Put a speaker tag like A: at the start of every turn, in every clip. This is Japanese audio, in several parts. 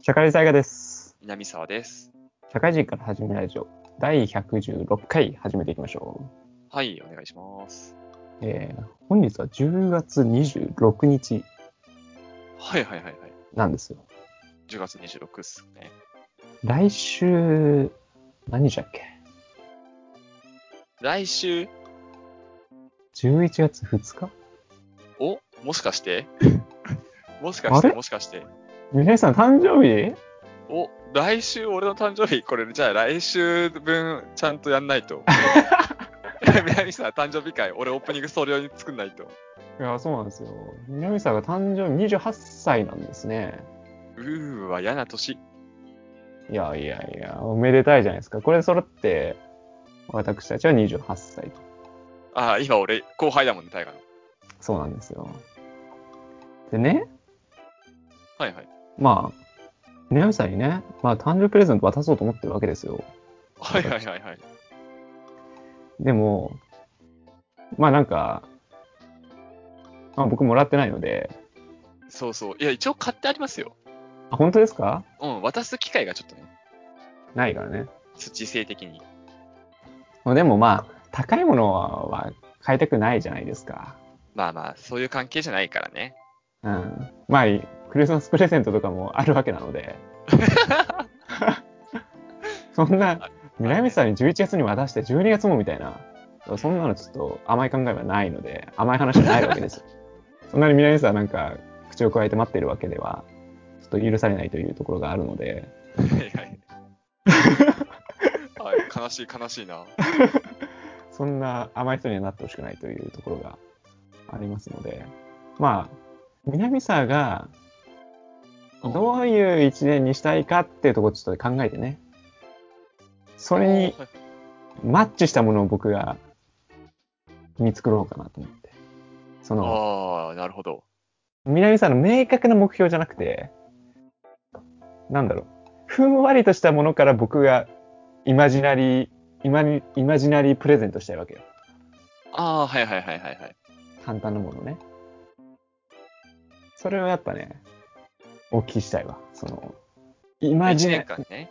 A: 社会大河です。
B: 南沢です。
A: 社会人から始めるラジオ第116回始めていきましょ
B: はい、お願いします。
A: う。えー、本日は10月26日
B: はいはいはいはい。
A: なんですよ。
B: 10月26日っすね。
A: 来週、何日だっけ
B: 来週、
A: ?11 月2日
B: おもしかして もしかし
A: あ
B: て
A: れ
B: もしかして
A: 皆さん誕生日
B: お来週俺の誕生日これじゃあ来週分ちゃんとやんないと。 南沢誕生日会俺オープニングそれ用に作んないと。
A: いや、そうなんですよ。南さんが誕生日28歳なんですね。
B: うーわ、嫌な年。
A: いやいやいや、おめでたいじゃないですか。これ揃って、私たちは28歳と。
B: ああ、今俺後輩だもんね、大河の。
A: そうなんですよ。でね、
B: はいはい。
A: まあ、南さんにね、まあ、誕生日プレゼント渡そうと思ってるわけですよ。
B: はいはいはいはい。
A: でも、まあなんか、まあ、僕もらってないので、
B: そうそう。いや、一応買ってありますよ。
A: あ、本当ですか
B: うん、渡す機会がちょっとね、
A: ないからね。
B: 時勢的に。
A: でもまあ、高いものは買いたくないじゃないですか。
B: まあまあ、そういう関係じゃないからね。
A: うん。まあ、クリスマスプレゼントとかもあるわけなので。そんな、南さんに11月に渡して12月もみたいな、そんなのちょっと甘い考えはないので、甘い話はないわけですよ。そんなに南さんなんか口を加えて待ってるわけでは、ちょっと許されないというところがあるので、
B: はいはい。はい、悲しい悲しいな。
A: そんな甘い人にはなってほしくないというところがありますので、まあ、南沢がどういう一年にしたいかっていうところをちょっと考えてね、それに
B: はい
A: マッチしたものを僕が見繕ろうかなと思って。その、
B: ああ、なるほど。
A: 南沢の明確な目標じゃなくて、なんだろう、ふんわりとしたものから僕がイマジナリー、イマジイマジナリープレゼントしたいわけよ。
B: ああ、はいはいはいはいはい。
A: 簡単なものね。それをやっぱね、お聞きしたいわ。その、イマジ
B: 1
A: ネ
B: 年、間ね。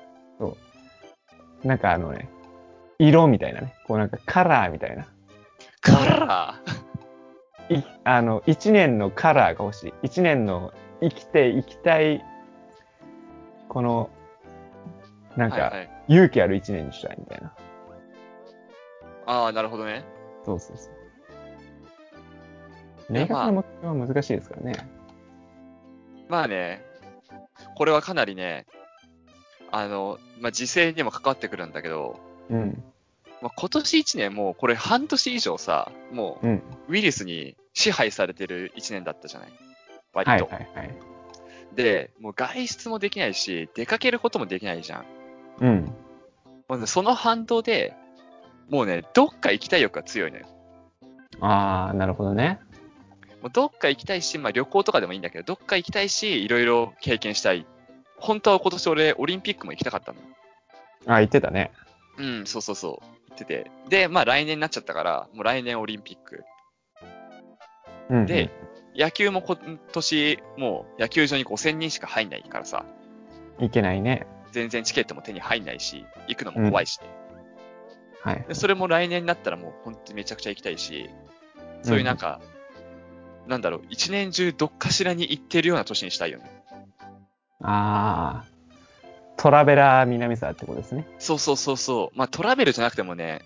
A: なんかあのね、色みたいなね、こうなんかカラーみたいな。
B: カラー
A: いあの、一年のカラーが欲しい。一年の生きていきたい、この、なん
B: はいは
A: か、
B: い、
A: 勇気ある一年にしたいみたいな。
B: ああ、なるほどね。
A: そうそうそう。
B: い
A: 明
B: や
A: 確な目標は難しいですからね。
B: まあね、これはかなりね、あの、まあ、時勢にも関わってくるんだけど、
A: うん。
B: まあ、今年1年もうこれ半年以上さ、も
A: うん。
B: うウイルスに支配されてる1年だったじゃない割と。
A: はいはいはい。
B: で、もう外出もできないし、出かけることもできないじゃん。
A: うん。
B: もうねその反動で、もうね、どっか行きたい欲が強いのよ。
A: ああ、なるほどね。
B: もうどっか行きたいし、まあ旅行とかでもいいんだけど、どっか行きたいし、いろいろ経験したい。本当は今年俺、オリンピックも行きたかったの。
A: あ、言ってたね。
B: うん、そうそうそう。行ってて。で、まあ来年になっちゃったから、もう来年オリンピック。
A: うん、
B: で、野球も今年、もう野球場に5000人しか入んないからさ、
A: いけないね。
B: 全然チケットも手に入んないし、行くのも怖いし、
A: はい。
B: でそれも来年になったらもう本当にめちゃくちゃ行きたいし、そういうなんか、なんだろう、一年中どっかしらに行ってるような年にしたいよね。
A: ああ、トラベラー南沢ってことですね。
B: そうそうそうそう。まあトラベルじゃなくてもね、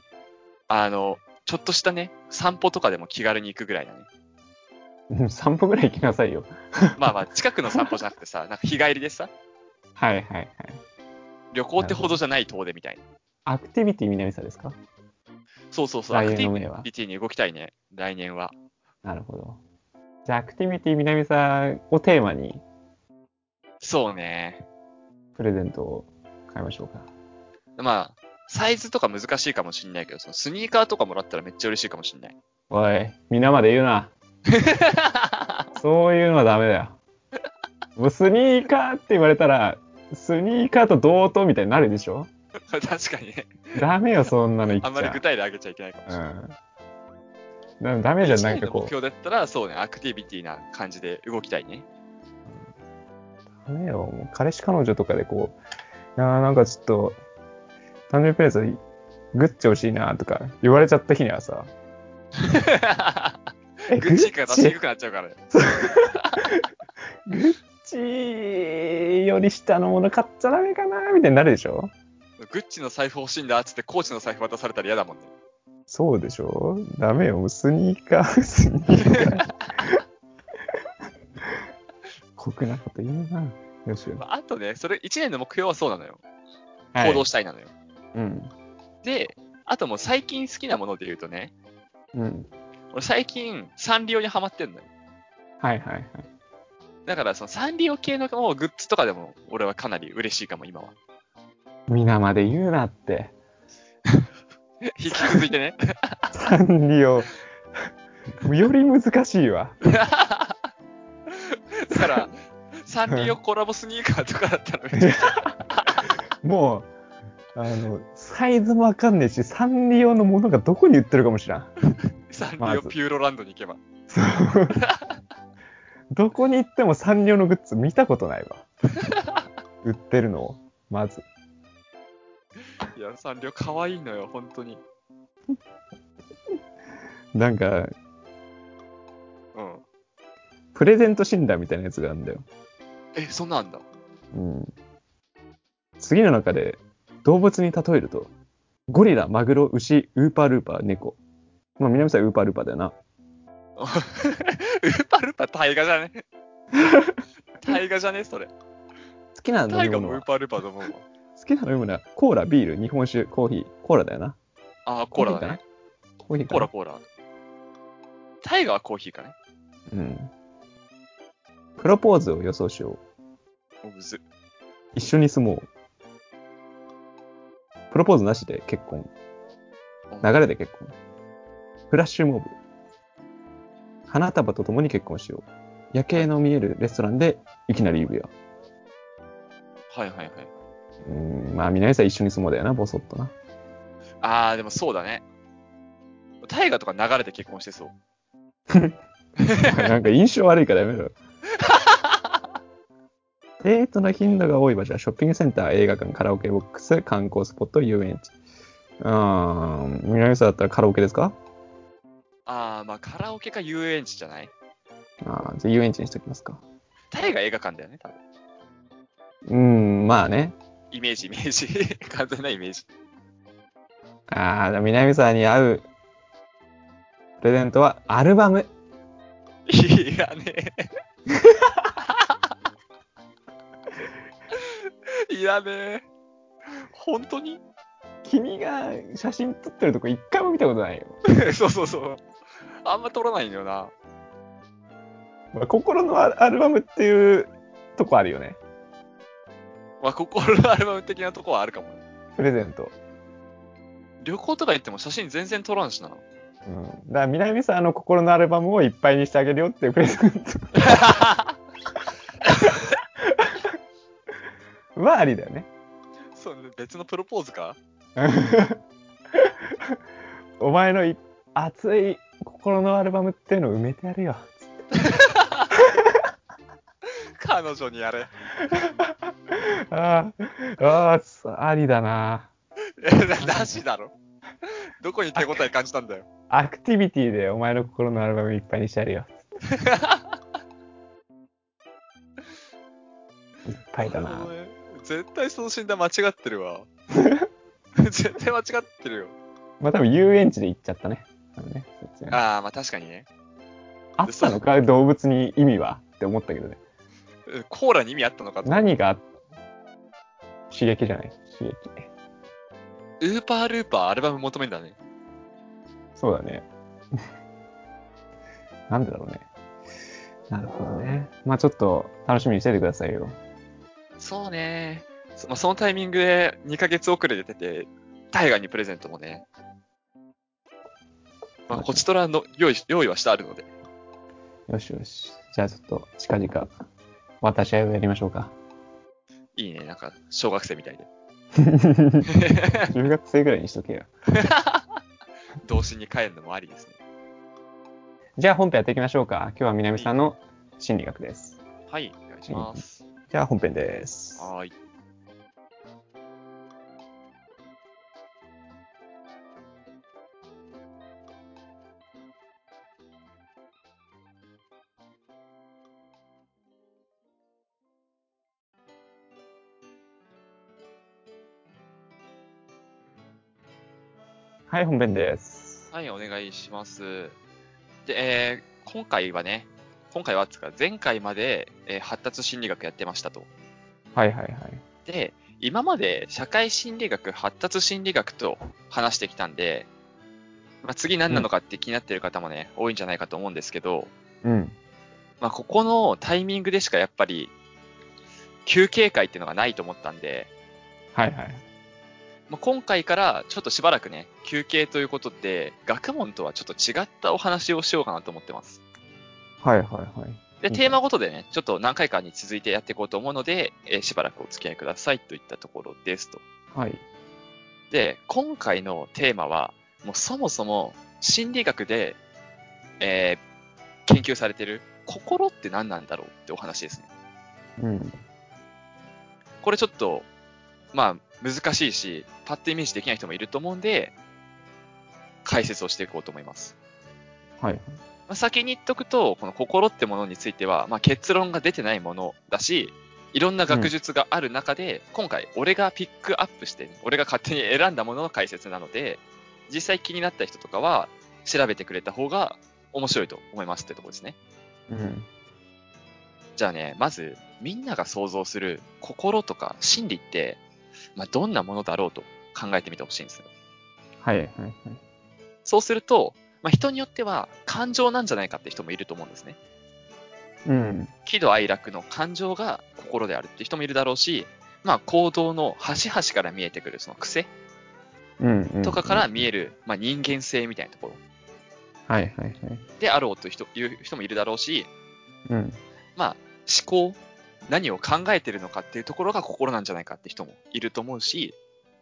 B: あの、ちょっとしたね、散歩とかでも気軽に行くぐらいだね。
A: うん散歩ぐらい行きなさいよ。
B: まあまあ、近くの散歩じゃなくてさ、なんか日帰りでさ、
A: はいはいはい。
B: 旅行ってほどじゃない遠出みたいな。
A: アクティビティ南沢ですか
B: そうそうそう、ア
A: 来
B: クテ
A: 年の
B: ィ
A: 目は。
B: ビティに動きたいね、来年は。
A: なるほど。じゃあ、アクティビティ南沢をテーマに
B: そうね。
A: プレゼントを買いましょうか。
B: まあ、サイズとか難しいかもしんないけど、そのスニーカーとかもらったらめっちゃ嬉しいかもしんない。
A: おい、皆まで言うな。そういうのはダメだよ。もうスニーカーって言われたら、スニーカーと同等みたいになるでしょ
B: 確かにね、
A: ダメよ、そんなの言っちゃ。
B: あんまり具体例上げちゃいけないかもしれない。
A: うん。だダメじゃん、なんか
B: 一年の目
A: こう。
B: 標だったら、そうね、アクティビティな感じで動きたいね。
A: ダメよ、もう彼氏彼女とかでこう、いやーなんかちょっと、誕生日プレゼント、グッチ欲しいなとか言われちゃった日にはさ、 え、
B: グッチから出しにくくなっちゃうからね。
A: グッチより下のもの買っちゃダメかなみたいになるでしょ
B: グッチの財布欲しいんだっつって、コーチの財布渡されたら嫌だもんね。
A: そうでしょダメよ、もうスニーカー、 スニーカー。酷なこと言うな。よしよ。
B: まああとね、それ1年の目標はそうなのよ。
A: はい
B: 行動したいなのよ。
A: うん。
B: で、あともう最近好きなもので言うとね、
A: うん。
B: 俺最近サンリオにハマってんのよ。
A: はいはいはい。
B: だからそのサンリオ系のもうグッズとかでも俺はかなり嬉しいか も、今は。
A: 皆まで言うな って。
B: 引き続いてね。
A: サンリオ。より難しいわ。
B: だから、サンリオコラボスニーカーとかだったら めっちゃ
A: もう、あの、サイズもわかんねえし、サンリオのものがどこに売ってるかもしらん。
B: サンリオピューロランドに行けば。
A: そうどこに行ってもサンリオのグッズ見たことない わ。売ってるのを、まず。
B: いや、サンリオ可愛いのよ、本当に。
A: なんか、
B: うん。
A: プレゼント診断みたいなやつがあるんだよ。
B: え、そんなんあんだ。
A: うん。次の中で、動物に例えると、ゴリラ、マグロ、牛、ウーパールーパー、猫。まあ、南さんウーパールーパーだよな。
B: ウーパルーパ大河じゃね 大河じゃねそれ。
A: 好きな飲
B: 大
A: み
B: 河も
A: 物
B: ウー
A: は
B: パルーパと思うわ。
A: 好きな飲み物はコーラ、ビール、日本酒、コーヒー、コーラだよな。
B: あー、コーラだね。
A: コーヒーか
B: コー
A: な
B: ラ、。コーラ。大河はコーヒーかね
A: うん。プロポーズを予想しよう。
B: おむず。
A: 一緒に住もう。プロポーズなしで結婚。流れで結婚。フラッシュモブ。花束と共に結婚しよう。夜景の見えるレストランでいきなり指輪。
B: はいはいはい。
A: うーん、まあ、南さん一緒に住もうだよな、ボソッとな。
B: あー、でもそうだね。大河とか流れで結婚してそ う。
A: なんか印象悪いからやめろ。デートの頻度が多い場所はショッピングセンター、映画館、カラオケボックス、観光スポット、遊園地。うーん、南さんだったらカラオケですか
B: あー、まあカラオケか遊園地じゃない
A: あーじゃあ遊園地にしときますか。
B: 大河映画館だよね、多分。
A: うーん、まあね。
B: イメージ、イメージ。 完全なイメージ。
A: ああ、じゃあ南さんに合うプレゼントはアルバム。
B: いらねえ。いらねえ。本当に
A: 君が写真撮ってるとこ一回も見たことないよ。
B: そうそうそう。あんま撮らないんだよな。
A: まあ、心のアルバムっていうとこあるよね。
B: まあ、心のアルバム的なとこはあるかもね。
A: プレゼント。
B: 旅行とか行っても写真全然撮らんしな。
A: うん、だから南さんの心のアルバムをいっぱいにしてあげるよっていうプレゼント はありだよね。
B: そうね、別のプロポーズか
A: お前のい熱い心のアルバムっていうのを埋めてやるよ。
B: 彼女にや れ。
A: ああ、ああつありだな。
B: なしだろ。どこに手応え感じたんだよ。
A: アクティビティでお前の心のアルバムいっぱいにしてやるよ。いっぱいだ
B: あ
A: な
B: の。ね絶対その診断間違ってる わ。絶対間違ってるよ。
A: まあ多分遊園地で行っちゃったね。あのねそっちね
B: ああ、まあ確かにね。
A: あったのか動物に意味はって思ったけどね。
B: うんコーラに意味あったのかと。
A: 何があった刺激じゃない刺激。
B: ウーパールーパーアルバム求めんだね。
A: そうだ ね。なんでだろうね。なるほどね。まあちょっと楽しみにしててくださいよ。
B: そうね。そ,、まあ、そのタイミングで2ヶ月遅れで出てて、タイガーにプレゼントもね。まあ、こちとらの用意用意はしてあるので。
A: よしよし。じゃあちょっと近々渡し合いをやりましょ うか。
B: いいね、なんか、小学生みたいで。
A: 中学生ぐらいにしとけよ。
B: 童心に帰るのもありですね。
A: じゃあ本編やっていきましょうか。今日は南さんの心理学です。
B: はい、お願いします。
A: じゃあ本編です。
B: はーい。
A: はい、本編です。
B: はい、お願いします。で、えー今回はね、今回はつうか、前回まで、えー発達心理学やってましたと。
A: はいはいはい。
B: で、今まで社会心理学、発達心理学と話してきたんで、まあ、次何なのかって気になってる方もね、多いんじゃないかと思うんですけど、
A: うん。
B: まあ、ここのタイミングでしかやっぱり、休憩会っていうのがないと思ったんで、
A: はいはい。
B: まあ、今回からちょっとしばらくね、休憩ということで、学問とはちょっと違ったお話をしようかなと思ってます。
A: はいはいはい。
B: で、
A: うん
B: テーマごとでね、ちょっと何回かに続いてやっていこうと思うので、えーしばらくお付き合いくださいといったところですと。
A: はい。
B: で、今回のテーマは、もうそもそも心理学で、えー研究されてる心って何なんだろうってお話ですね。
A: うん。
B: これちょっと、まあ難しいし、パッとイメージできない人もいると思うんで、解説をしていこうと思います。
A: はい。
B: まあ、先に言っとくと、この心ってものについては、まあ、結論が出てないものだし、いろんな学術がある中で、今回俺がピックアップして、俺が勝手に選んだものの解説なので、実際気になった人とかは調べてくれた方が面白いと思いますってとこですね。
A: うん。
B: じゃあね、まずみんなが想像する心とか心理って、まあ、どんなものだろうと考えてみてほしいんですよ。
A: はいはいはい。
B: そうすると、まあ、人によっては感情なんじゃないかって人もいると思うんですね。
A: うん。
B: 喜怒哀楽の感情が心であるって人もいるだろうし、まあ、行動の端々から見えてくるその癖
A: うん、うん。
B: とかから見える、まあ、人間性みたいなところ
A: はいはいはい。
B: であろうという人いう人もいるだろうし
A: うん。
B: 思考何を考えてるのかっていうところが心なんじゃないかって人もいると思うし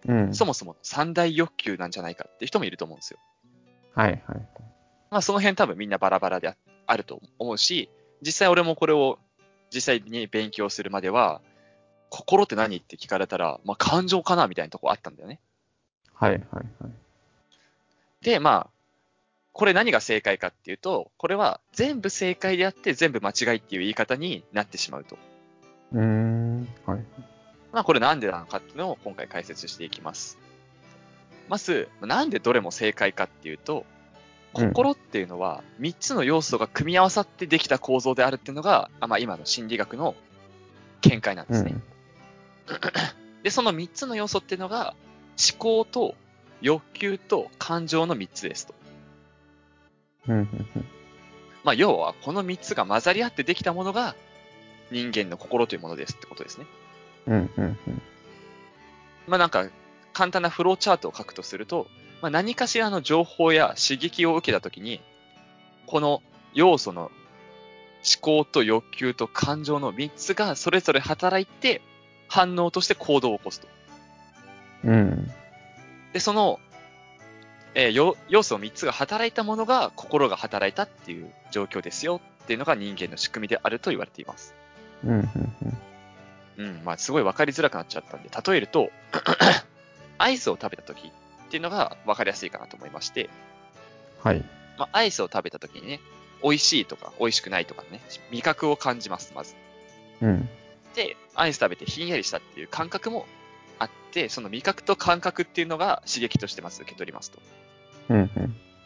A: うん。
B: そもそも三大欲求なんじゃないかって人もいると思うんですよ、
A: はいはい。
B: まあ、その辺多分みんなバラバラでああると思うし実際俺もこれを実際に勉強するまでは心って何って聞かれたら、まあ、感情かなみたいなとこあったんだよね
A: はいはいはい。
B: で、まあ、これ何が正解かっていうと、これは全部正解であって全部間違いっていう言い方になってしまうと。
A: うーん。はい。
B: まあ、これなんでなのかっていうのを今回解説していきます。まず、なんでどれも正解かっていうと、
A: うん
B: 心っていうのは3つの要素が組み合わさってできた構造であるっていうのが、あまあ、今の心理学の見解なんで
A: う
B: すね。
A: ん。
B: で、その3つの要素っていうのが、思考と欲求と感情の3つですと。
A: うん。うん
B: まあ、要はこの3つが混ざり合ってできたものが人間の心というものですってことですね。
A: うん。うん。
B: まあ、なんか簡単なフローチャートを書くとすると、まあ、何かしらの情報や刺激を受けたときに、この要素の思考と欲求と感情の3つがそれぞれ働いて反応として行動を起こすと。
A: うん。うん。
B: で、その、えーよ要素3つが働いたものが心が働いたっていう状況ですよっていうのが人間の仕組みであると言われています。
A: うん。うん。
B: うん、まあすごい分かりづらくなっちゃったんで、例えると、 アイスを食べた時っていうのが分かりやすいかなと思いまして、
A: はい。
B: まあ、アイスを食べた時にね、美味しいとか美味しくないとかね、味覚を感じます、まず。
A: うん。
B: で、アイス食べてひんやりしたっていう感覚もあって、その味覚と感覚っていうのが刺激としてまず受け取りますと。
A: うん。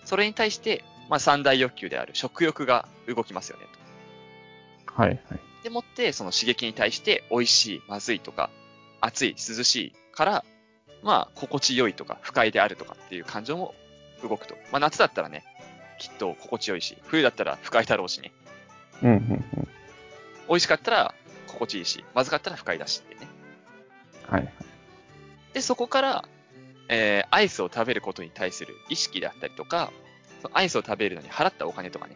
B: それに対して、まあ三大欲求である食欲が動きますよねと。
A: はいはい。
B: でもって、その刺激に対して、美味しい、まずいとか、暑い、涼しいから、まあ、心地よいとか、不快であるとかっていう感情も動くと。まあ、夏だったらね、きっと心地よいし、冬だったら不快だろうしね、
A: うん。うん。
B: 美味しかったら心地いいし、まずかったら不快だしってね。
A: はい。
B: で、そこから、えーアイスを食べることに対する意識であったりとか、そのアイスを食べるのに払ったお金とかね、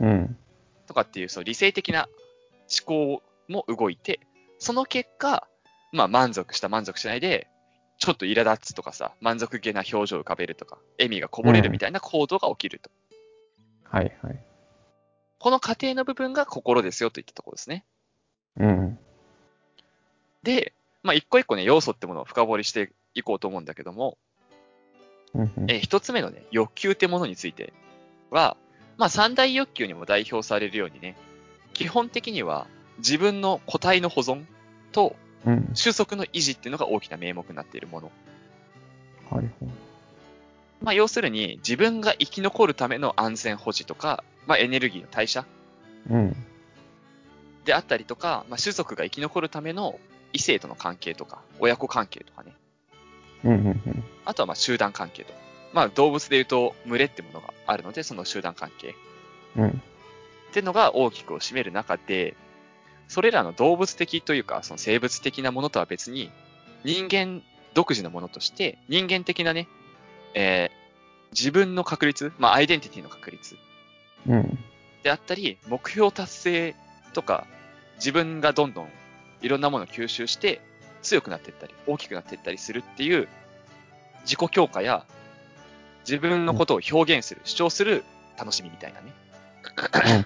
A: うん。
B: とかっていうその理性的な思考も動いて、その結果、まあ満足した満足しないで、ちょっと苛立つとかさ、満足げな表情を浮かべるとか、笑みがこぼれるみたいな行動が起きると。
A: はいはい。
B: この過程の部分が心ですよといったところですね。
A: うん。
B: で、まあ、一個一個ね、要素ってものを深掘りしていこうと思うんだけども、
A: うんうん
B: えー一つ目のね、欲求ってものについては、まあ、三大欲求にも代表されるようにね、基本的には自分の個体の保存と
A: うん。
B: 収束の維持っていうのが大きな名目になっているもの。
A: はいはい。
B: まあ、要するに自分が生き残るための安全保持とか、まあ、エネルギーの代謝
A: うん。
B: であったりとか、まあ、種族が生き残るための異性との関係とか、親子関係とかね。
A: うんうんうん。
B: あとはまあ集団関係とか。まあ、動物で言うと群れってものがあるので、その集団関係。
A: うん。
B: ってのが大きくを占める中で、それらの動物的というか、その生物的なものとは別に、人間独自のものとして、人間的なね、えー自分の確率、まあ、アイデンティティの確率
A: うん。
B: であったり、目標達成とか、自分がどんどんいろんなものを吸収して、強くなっていったり、大きくなっていったりするっていう、自己強化や、自分のことを表現する、主張する楽しみみたいなね。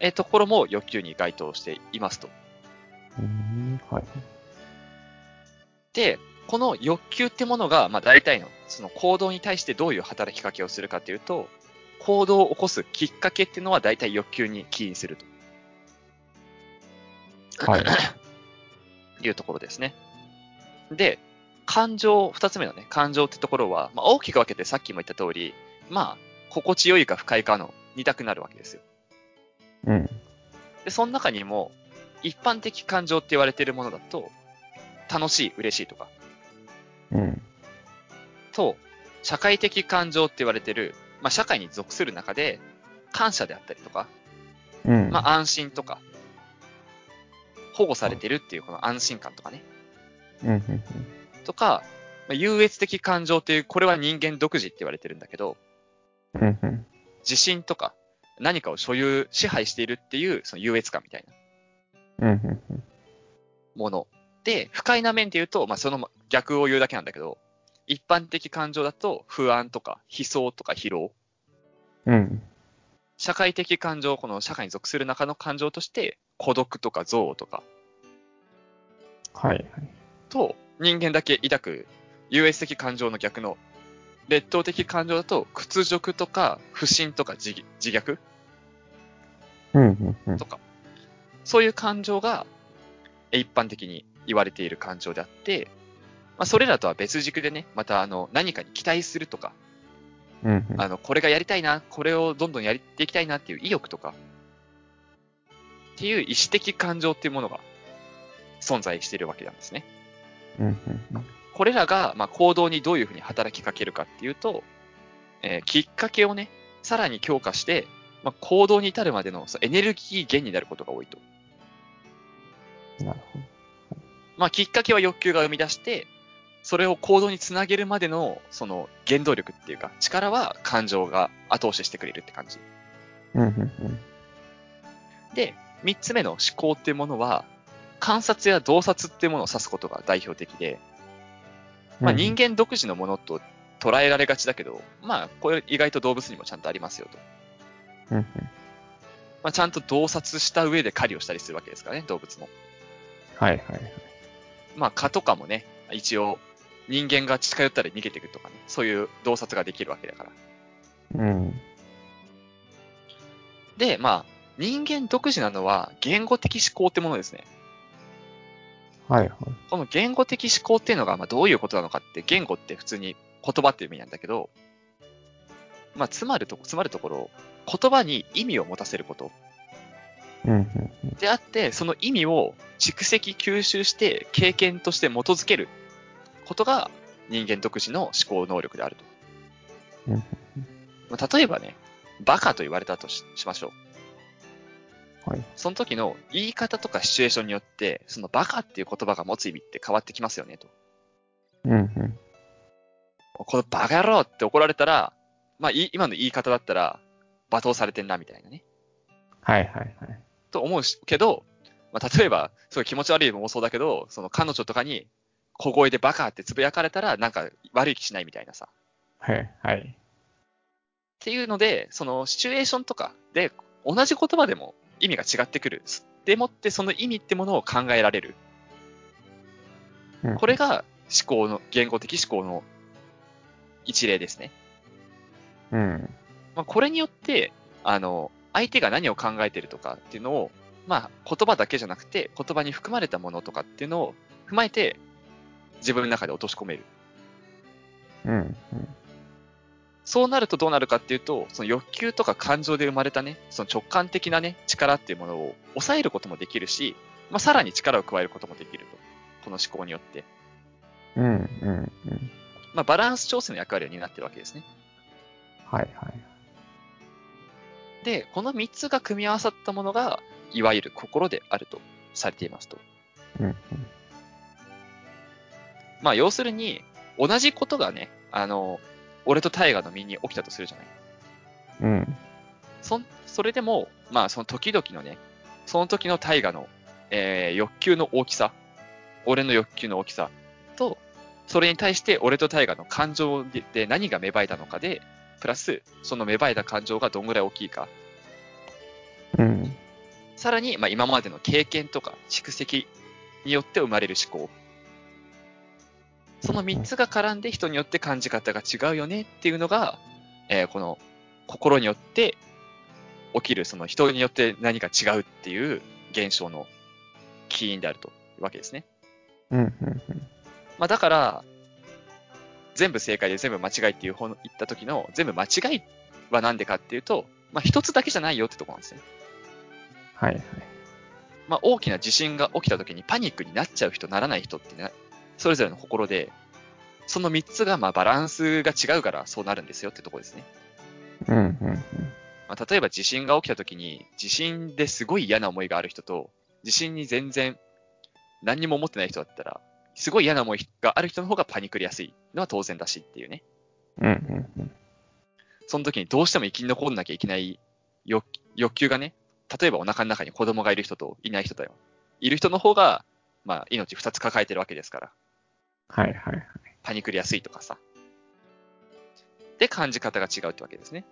B: えーところも欲求に該当していますと。
A: うん。はい。
B: で、この欲求ってものが、まあ、大体のその行動に対してどういう働きかけをするかというと、行動を起こすきっかけっていうのは大体欲求に起因する
A: はい。
B: と いうところですね。で、感情、二つ目のね、感情ってところは、まあ、大きく分けてさっきも言った通り、まあ、心地よいか不快かの二択になるわけですよ。
A: うん。
B: で、その中にも、一般的感情って言われているものだと、楽しい、嬉しいとか、
A: うん。
B: と、社会的感情って言われてる、まあ、社会に属する中で、感謝であったりとか、
A: うん。
B: まあ、安心とか、保護されてるっていうこの安心感とかね、
A: うんうんうん。
B: とか、まあ、優越的感情っていう、これは人間独自って言われてるんだけど、
A: うんうん。
B: 自信とか、何かを所有、支配しているっていう、その優越感みたいな
A: うんうんうん。
B: もの。で、不快な面で言うと、まあ、その逆を言うだけなんだけど、一般的感情だと、不安とか、悲壮とか疲労。
A: うん。
B: 社会的感情、この社会に属する中の感情として、孤独とか憎悪とか
A: はいはい。
B: と、人間だけ抱く優越的感情の逆の、劣等的感情だと、屈辱とか、不信とか自自虐
A: うんうんうん。
B: とか、そういう感情がえ一般的に言われている感情であって、まあ、それらとは別軸でね、またあの何かに期待するとか、
A: うんうん。
B: あの、これがやりたいな、これをどんどんやっていきたいなっていう意欲とか、っていう意思的感情っていうものが存在しているわけなんですね。
A: うんうんうん。
B: これらが、まあ、行動にどういうふうに働きかけるかっていうと、えーきっかけをね、さらに強化して、まあ、行動に至るまでのそうエネルギー源になることが多いと。
A: なるほ
B: まあ、きっかけは欲求が生み出して、それを行動につなげるまでの、その原動力っていうか、力は感情が後押ししてくれるって感じ。
A: ど。うんうん
B: で、三つ目の思考っていうものは、観察や洞察っていうものを指すことが代表的で、
A: うん。
B: まあ、人間独自のものと捉えられがちだけど、まあ、これ意外と動物にもちゃんとありますよと。
A: うんうん。
B: まあ、ちゃんと洞察した上で狩りをしたりするわけですからね、動物も。
A: はいはいはい。
B: まあ、蚊とかもね、一応、人間が近寄ったら逃げていくとかね、そういう洞察ができるわけだから。
A: うん。
B: で、まあ、人間独自なのは言語的思考ってものですね。
A: はいはい。
B: この言語的思考っていうのが、まあ、どういうことなのかって、言語って普通に言葉っていう意味なんだけど、まあ、つまるとこ、つまるところ、言葉に意味を持たせること
A: うんうんうん。
B: であって、その意味を蓄積、吸収して、経験として基づけることが人間独自の思考能力であると
A: うん。
B: まあ、例えばね、バカと言われたとししましょう。
A: はい。
B: その時の言い方とかシチュエーションによって、そのバカっていう言葉が持つ意味って変わってきますよねと。
A: うんうん。
B: このバカ野郎って怒られたら、まあい今の言い方だったら罵倒されてんなみたいなね。
A: はいはいはい。
B: と思うしけど、まあ、例えば、すごい気持ち悪い妄想だけど、その彼女とかに小声でバカってつぶやかれたら、なんか悪い気しないみたいなさ。っ
A: はいはい。
B: ていうので、そのシチュエーションとかで同じ言葉でも意味が違ってくる。でもってその意味ってものを考えられる。
A: うん
B: これが思考の、言語的思考の一例ですね。
A: うん。
B: まあ、これによって、あの、相手が何を考えてるとかっていうのを、まあ、言葉だけじゃなくて、言葉に含まれたものとかっていうのを踏まえて、自分の中で落とし込める。
A: うん。
B: そうなるとどうなるかっていうと、その欲求とか感情で生まれたね、その直感的なね、力っていうものを抑えることもできるし、まあ、さらに力を加えることもできると。この思考によって。
A: うん。うん。うん。うん。
B: まあ、バランス調整の役割を担ってるわけですね。
A: はいはい。
B: で、この3つが組み合わさったものが、いわゆる心であるとされていますと。
A: うん。うん
B: まあ、要するに、同じことがね、あの、俺と大河の身に起きたとするじゃない。
A: うん。
B: そんそれでも、まあ、その時々のね、その時の大河の、えー欲求の大きさ、俺の欲求の大きさと、それに対して俺と大河の感情でで何が芽生えたのかで、プラス、その芽生えた感情がどんぐらい大きいか、
A: うん。
B: さらに、まあ、今までの経験とか蓄積によって生まれる思考。その3つが絡んで人によって感じ方が違うよねっていうのが、えーこの心によって起きる、その人によって何か違うっていう現象の起因であるというわけですね。
A: うん。うん。
B: まあ、だから、全部正解で全部間違いっていう方の言った時の全部間違いはなんでかっていうと、まあ、一つだけじゃないよってとこなんですね。
A: はいはい。
B: まあ、大きな地震が起きた時にパニックになっちゃう人、ならない人ってね、それぞれの心で、その3つがまあバランスが違うからそうなるんですよってとこですね。
A: うん。うん。
B: まあ、例えば地震が起きた時に、地震ですごい嫌な思いがある人と、地震に全然何にも思ってない人だったら、すごい嫌な思いがある人の方がパニックりやすいのは当然だしっていうね。
A: うん。うん。うん。
B: その時にどうしても生き残んなきゃいけない欲欲求がね、例えばお腹の中に子供がいる人といない人だよ。いる人の方が、まあ、命2つ抱えてるわけですから、
A: はいはい。
B: パニクりやすいとかさ。で、感じ方が違うってわけですね。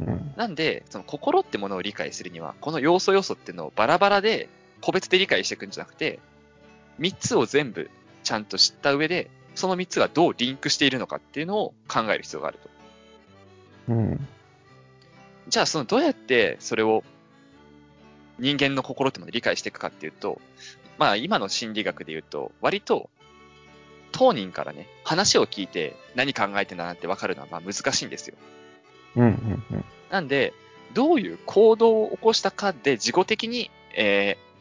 A: うん。
B: なんで、その心ってものを理解するには、この要素要素っていうのをバラバラで、個別で理解していくんじゃなくて、3つを全部ちゃんと知った上で、その3つがどうリンクしているのかっていうのを考える必要があると。
A: うん。
B: じゃあ、そのどうやってそれを人間の心ってものを理解していくかっていうと、まあ今の心理学で言うと、割と当人からね、話を聞いて何考えてんだなって分かるのはまあ難しいんですよ。
A: うん。うん。うん。
B: なんで、どういう行動を起こしたかで自己的に、えー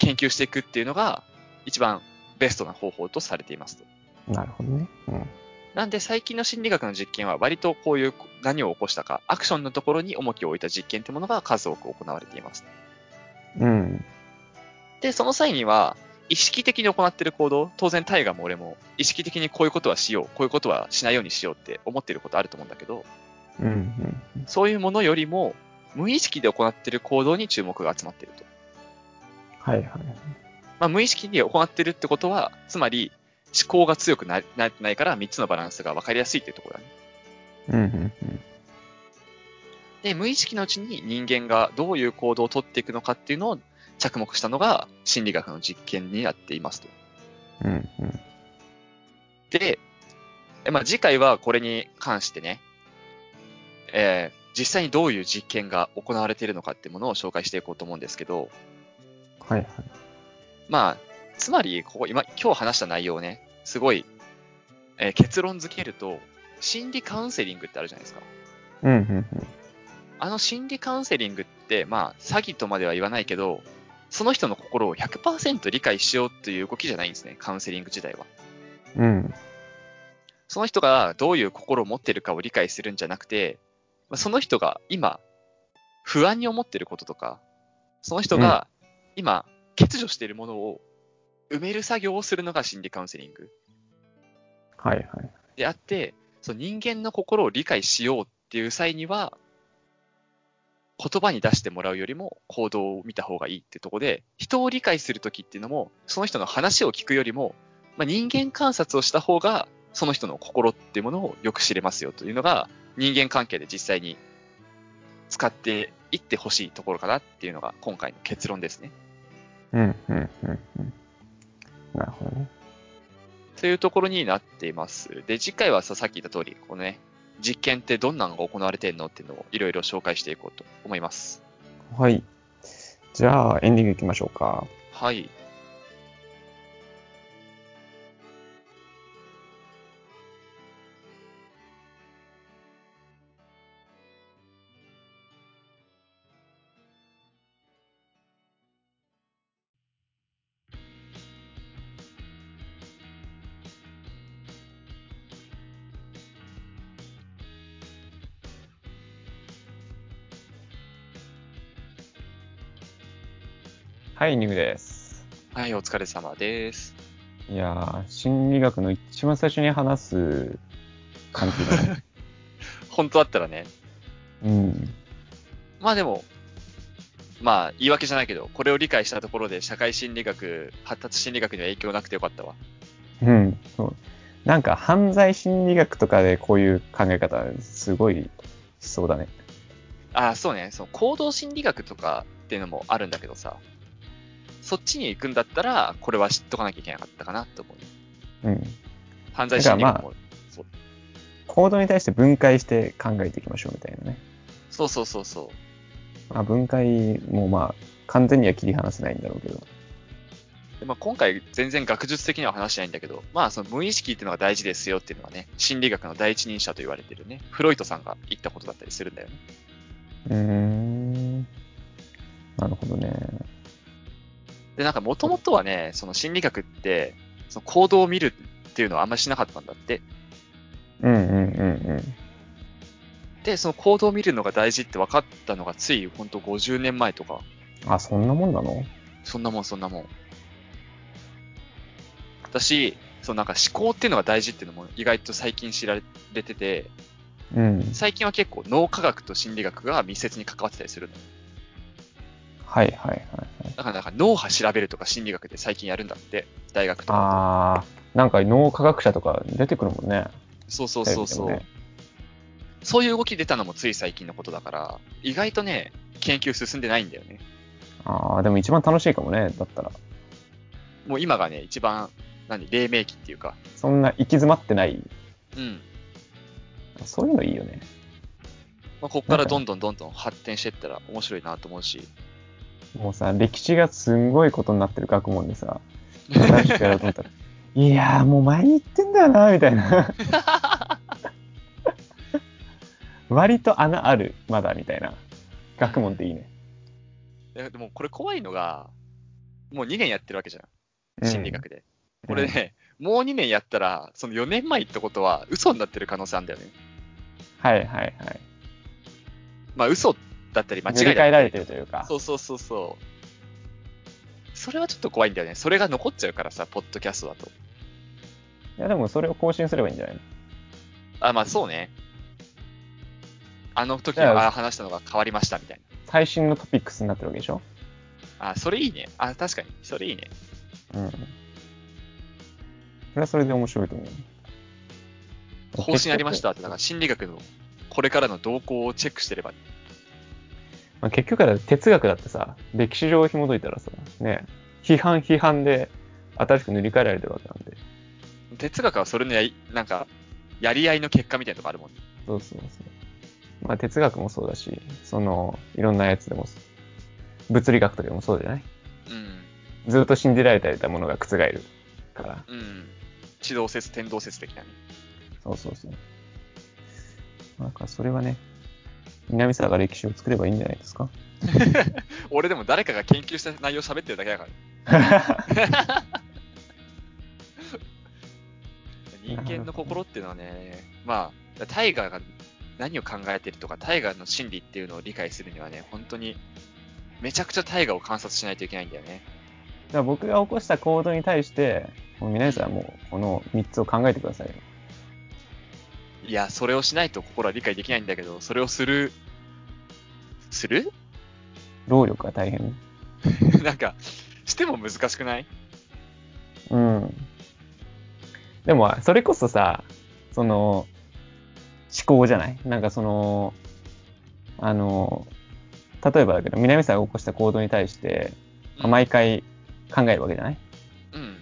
B: 研究していくっていうのが一番ベストな方法とされていますと。
A: なるほどね。うん。
B: なんで最近の心理学の実験は割とこういう何を起こしたか、アクションのところに重きを置いた実験ってものが数多く行われています。
A: うん。
B: で、その際には、意識的に行ってる行動、当然タイガーも俺も、意識的にこういうことはしよう、こういうことはしないようにしようって思ってることあると思うんだけど、
A: うん。うん。
B: そういうものよりも、無意識で行ってる行動に注目が集まってると。
A: はいはい。
B: まあ、無意識で行ってるってことは、つまり、思考が強くななってないから、3つのバランスが分かりやすいっていうところだね。
A: うん。うん。
B: で、無意識のうちに人間がどういう行動をとっていくのかっていうのを着目したのが心理学の実験になっていますと。
A: うん。うん。うん。
B: で、えまあ、次回はこれに関してね、えー実際にどういう実験が行われているのかってものを紹介していこうと思うんですけど、
A: はいはい。
B: まあ、つまり、ここ今、今日話した内容をね、すごい、えー結論付けると、心理カウンセリングってあるじゃないですか。
A: うん。うん。
B: あの心理カウンセリングって、まあ、詐欺とまでは言わないけど、その人の心を100%理解しようという動きじゃないんですね、カウンセリング自体は。
A: うん。
B: その人がどういう心を持ってるかを理解するんじゃなくて、まあその人が今、不安に思ってることとか、その人が今、欠如しているものを埋める作業をするのが心理カウンセリング
A: はいはい。
B: であって、その人間の心を理解しようっていう際には、言葉に出してもらうよりも行動を見た方がいいってとこで、人を理解するときっていうのも、その人の話を聞くよりも、まあ、人間観察をした方が、その人の心っていうものをよく知れますよというのが、人間関係で実際に使っていってほしいところかなっていうのが今回の結論ですね。
A: うん、うん、うん、うん。なるほどね。
B: というところになっています。で、次回はささっき言った通り、このね、実験ってどんなのが行われてるのっていうのをいろいろ紹介していこうと思います。
A: はい。じゃあ、エンディングいきましょうか。
B: はい。
A: はい、エンディングです。
B: はい、お疲れ様です。
A: いやー、心理学の一番最初に話す感じだ ね。
B: 本当だったらね、
A: うん。
B: まあでも、まあ言い訳じゃないけど、これを理解したところで社会心理学、発達心理学には影響なくてよかったわ。
A: うん、そう。なんか犯罪心理学とかでこういう考え方、すごいしそうだね。
B: ああ、そうね、その行動心理学とかっていうのもあるんだけどさ、そっちに行くんだったら、これは知っとかなきゃいけなかったかなと思う。
A: うん。
B: 犯罪心理学も、
A: 行動に対して分解して考えていきましょうみたいなね。
B: そうそうそうそう。
A: まあ、分解もまあ、完全には切り離せないんだろうけど。
B: でまあ、今回全然学術的には話してないんだけど、まあその無意識っていうのが大事ですよっていうのがね、心理学の第一人者と言われてるね、フロイトさんが言ったことだったりするんだよね。
A: うーん。なるほどね。
B: で、なんかもともとはね、その心理学って、その行動を見るっていうのはあんまりしなかったんだって。
A: うんうんうん
B: で、その行動を見るのが大事って分かったのがついほんと50年前とか、
A: うん。あ、そんなもんなの
B: そんなもんそんなもん。私、そのなんか思考っていうのが大事っていうのも意外と最近知られてて、
A: うん。
B: 最近は結構脳科学と心理学が密接に関わってたりするの。
A: はいはいはいはい。
B: だからなんか脳波調べるとか心理学で最近やるんだって、大学とか。
A: あー、なんか脳科学者とか出てくるもんね。
B: そうそうそうそう、
A: テレビでもね
B: そういう動き出たのもつい最近のことだから、意外とね、研究進んでないんだよね。
A: あー、でも一番楽しいかもね、だったら。
B: もう今がね、一番、何、黎明期っていうか、
A: そんな行き詰まってない。
B: うん。
A: そういうのいいよね。
B: まあ、こっからどんどんどんどん発展していったら面白いなと思うし。
A: もうさ、歴史がすんごいことになってる学問で さ、新しくやろうと思ったら、いやーもう前に言ってんだよな、みたい な。割と穴ある、まだ、みたいな。学問っていいね。
B: いやでもこれ怖いのが、もう2年やってるわけじゃん。
A: うん
B: 心理学で。これね、もう2年やったら、その4年前ってことは嘘になってる可能性あるんだよね。
A: はいはいはい。
B: まあ嘘だったり間違
A: 塗り
B: いだった
A: 替
B: り
A: えられてるというか。
B: そうそうそうそう。それはちょっと怖いんだよね。それが残っちゃうからさ、ポッドキャストだと。
A: いやでもそれを更新すればいいんじゃないの
B: あ、まあそうね。あの時
A: じゃあ
B: はあ話したのが変わりましたみたい
A: 最新のトピックスになってるわけでしょ
B: な。あ、それいいね。あ、確かに。それいいね。
A: うん。それはそれで面白いと思う。
B: 方針ありましたって、だから心理学のこれからの動向をチェックしてれば、
A: まあ、結局は哲学だってさ歴史上紐解いたらさね批判批判で新しく塗り替えられてるわけなんで
B: 哲学はそれのやり、なんか、やり合いの結果みたいなとこあるもんね。
A: そうそうそうまあ哲学もそうだしそのいろんなやつでも物理学とかでもそうじゃないずっと信じられていたものが覆るから
B: うん。うん。地動説、天動説的なね。
A: そうそうそうなんかそれはね南沢が歴史を作ればいいんじゃないですか
B: 俺でも誰かが研究した内容喋ってるだけだから。人間の心っていうのはね、まあ、タイガーが何を考えてるとか、タイガーの心理っていうのを理解するにはね、本当に、めちゃくちゃタイガーを観察しないといけないんだよね。
A: だから僕が起こした行動に対してもう南沢はもうこの3つを考えてくださいよ
B: いや、それをしないと心は理解できないんだけど、それをする、する
A: 労力が大変
B: なんか、しても難しくない
A: うん。でも、それこそさ、その、思考じゃないなんかその、あの、例えばだけど、南沢が起こした行動に対して、まあ
B: うん
A: 毎回考えるわけじゃない
B: うん。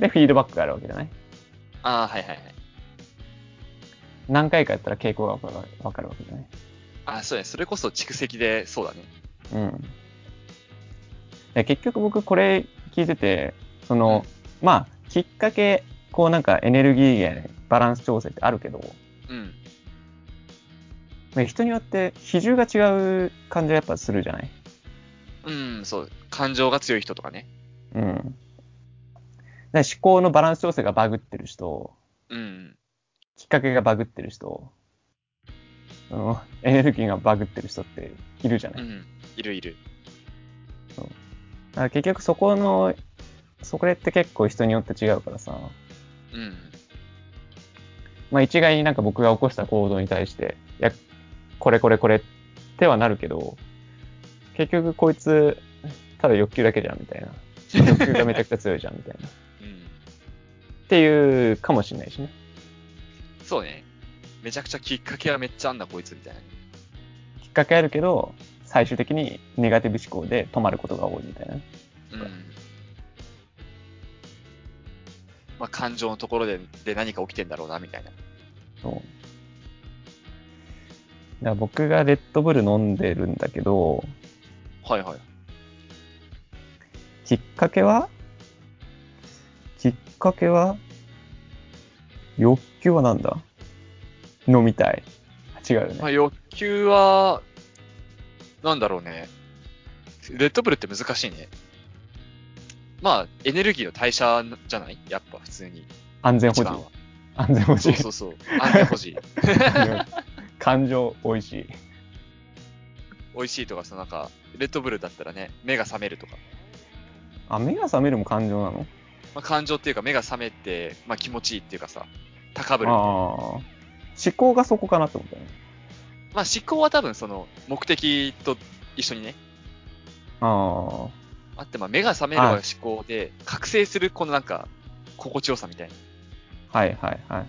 A: で、フィードバックがあるわけじゃない
B: ああ、はいはいはい。
A: 何回かやったら傾向がわかるわかるわけじゃない
B: ああ、そうね。それこそ蓄積で、そうだね。
A: うん。で結局僕これ聞いてて、その、まあ、きっかけ、こうなんかエネルギー源、バランス調整ってあるけど、
B: うん。
A: まあ人によって比重が違う感じはやっぱするじゃない
B: うん、そう。感情が強い人とかね。
A: うん。で思考のバランス調整がバグってる人、
B: うん。
A: きっかけがバグってる人、そのエネルギーがバグってる人っているじゃな
B: う
A: い、だ
B: ん。いるいる。
A: から結局そこの、そこって結構人によって違うからさ、
B: うん。
A: まあ一概になんか僕が起こした行動に対して、いや、これこれこれってはなるけど、結局こいつ、ただ欲求だけじゃんみたいな。欲求がめちゃくちゃ強いじゃんみたいな。っ
B: うん。
A: ていうかもしれないしね。
B: そうね。めちゃくちゃきっかけはめっちゃあんだ、こいつみたいな。
A: きっかけあるけど、最終的にネガティブ思考で止まることが多いみたいな。
B: うん。まあ、感情のところでで何か起きてんだろうな、みたいな。
A: そう。だから僕がレッドブル飲んでるんだけど、
B: はいはい。
A: きっかけはきっかけは欲求はなんだ飲みたい。あ違うよね。
B: まあ、欲求は、なんだろうね。レッドブルって難しいね。まあ、エネルギーの代謝じゃないやっぱ普通に。
A: 安全保持
B: 一番。は。
A: 安全保
B: そ
A: 持
B: う。そうそう。安全保持。
A: 感情美味しい。
B: 美味しいとか、そのなんか、レッドブルだったらね、目が覚めるとか。
A: あ、目が覚めるも感情なの
B: まあ、感情っていうか、目が覚めて、まあ、気持ちいいっていうかさ、高ぶる。
A: ああ。思考がそこかなって思ったね。
B: まあ、思考は多分その目的と一緒にね、
A: あ
B: あって、まあ、目が覚めるは
A: はい
B: 思考で、覚醒するこのなんか、心地よさみたいな。
A: あ。はいはいはい。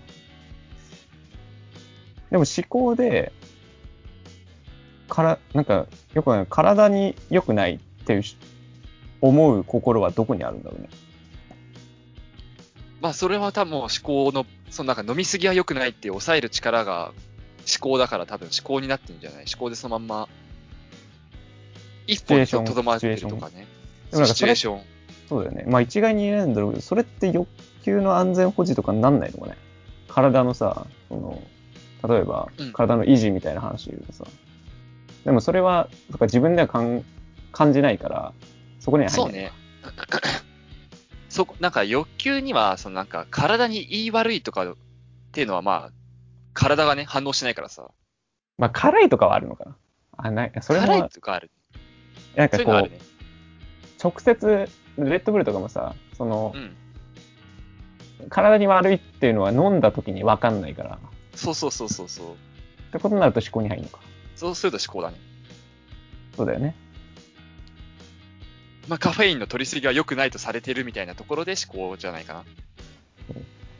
A: でも思考で、から、なんか、よくない体に良くないっていうし思う心はどこにあるんだろうね。
B: まあ、それは多分思考の、そのなんか飲みすぎは良くないっていう抑える力が思考だから多分思考になってるんじゃない思考でそのまんま、一歩にとどまってるとかね。
A: でもなん
B: シ
A: か
B: チ
A: そ
B: ュエー
A: れ
B: ション。
A: そうだよね。まあ一概に言えないんだろうけど、それって欲求の安全保持とかになんないのかね。体のさ、その、例えば
B: うん、
A: 体の維持みたいな話で言うとさ。でもそれは、とか自分ではかん感じないから、そこには入
B: そうん
A: ない。
B: ね。 そこ、なんか欲求には、そのなんか体に言い悪いとかっていうのはまあ、体がね、反応しないからさ。
A: まあ辛いとかはあるのかな。あ、ない。それ
B: 辛い
A: も、
B: とかある。
A: なん
B: そう
A: か
B: いう
A: こ
B: のあ
A: う
B: る、ね。
A: 直接、レッドブルとかもさ、その
B: う、ん。
A: 体に悪いっていうのは飲んだ時に分かんないから。
B: そうそうそうそうそう。
A: ってことになると思考に入るのか。
B: そうすると思考だね。
A: そうだよね。
B: まあ、カフェインの取りすぎは良くないとされてるみたいなところで思考じゃないかな。
A: い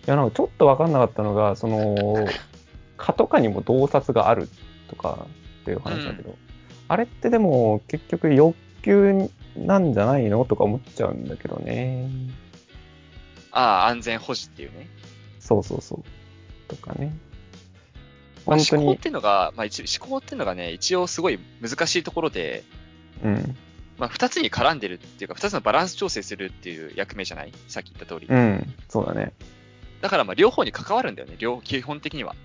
A: やなんかちょっと分かんなかったのがそ の蚊とかにも洞察があるとかっていう話だけど、あれってでも結局欲求なんじゃないのとか思っちゃうんだけどね
B: ああ、安全保持っていうね。
A: そうそうそうとかね
B: まあ
A: 本当
B: 思考っ
A: に、
B: ていうのが、まあ、一思考っていうのがね、一応すごい難しいところで、
A: うん
B: まあ、二つに絡んでるっていうか、二つのバランス調整するっていう役目じゃないさっき言った通り。
A: うんそうだね
B: だからまあ両方に関わるんだよね、両基本的には。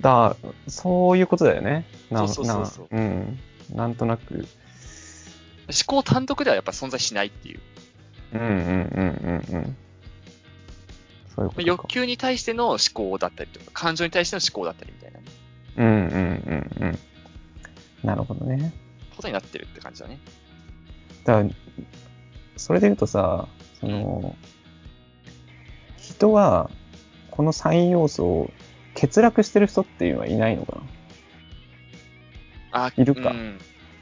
A: だそういうことだよねな
B: そうそうそうそう
A: なうんなんとなく
B: 思考単独ではやっぱ存在しないっていう。
A: うんうんうんうんうんそういうことか
B: 欲求に対しての思考だったりとか、感情に対しての思考だったりみたいな、ね、
A: うんうんうんうんなるほどね
B: ことになってるって感じだね。
A: だからそれで言うとさその、人はこの3要素を欠落してる人っていうのはいないのか
B: あ
A: いるか
B: うん。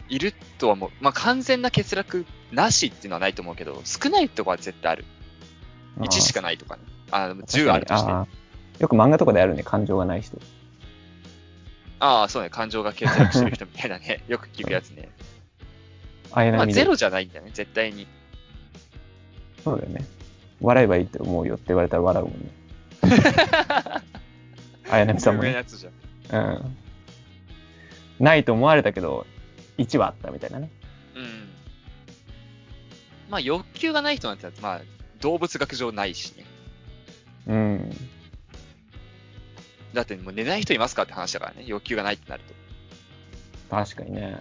B: いるとはもう、まあ、完全な欠落なしっていうのはないと思うけど、少ないとこは絶対ある。
A: な
B: 1しかないとかね。あ、でも
A: あー
B: 10あるとして。
A: あーよく漫画とかであるね感情がない人
B: ああ、そうね、感情が欠落してる人みたいなね、 よく聞くやつね。
A: あや
B: ま
A: な
B: あ、
A: み
B: ゼ
A: で。
B: ロじゃないんだよね、絶対に。
A: そうだよね。笑えばいいって思うよって言われたら笑うもんね。あ やなみさん
B: 有
A: も
B: 名な
A: ね。
B: やつじゃん。
A: うん。ないと思われたけど、1はあったみたいなね。
B: うん。まあ、欲求がない人なんて、まあ、動物学上ないしね。
A: うん。
B: だってもう寝ない人いますかって話だからね、欲求がないってなると。
A: 確かにね。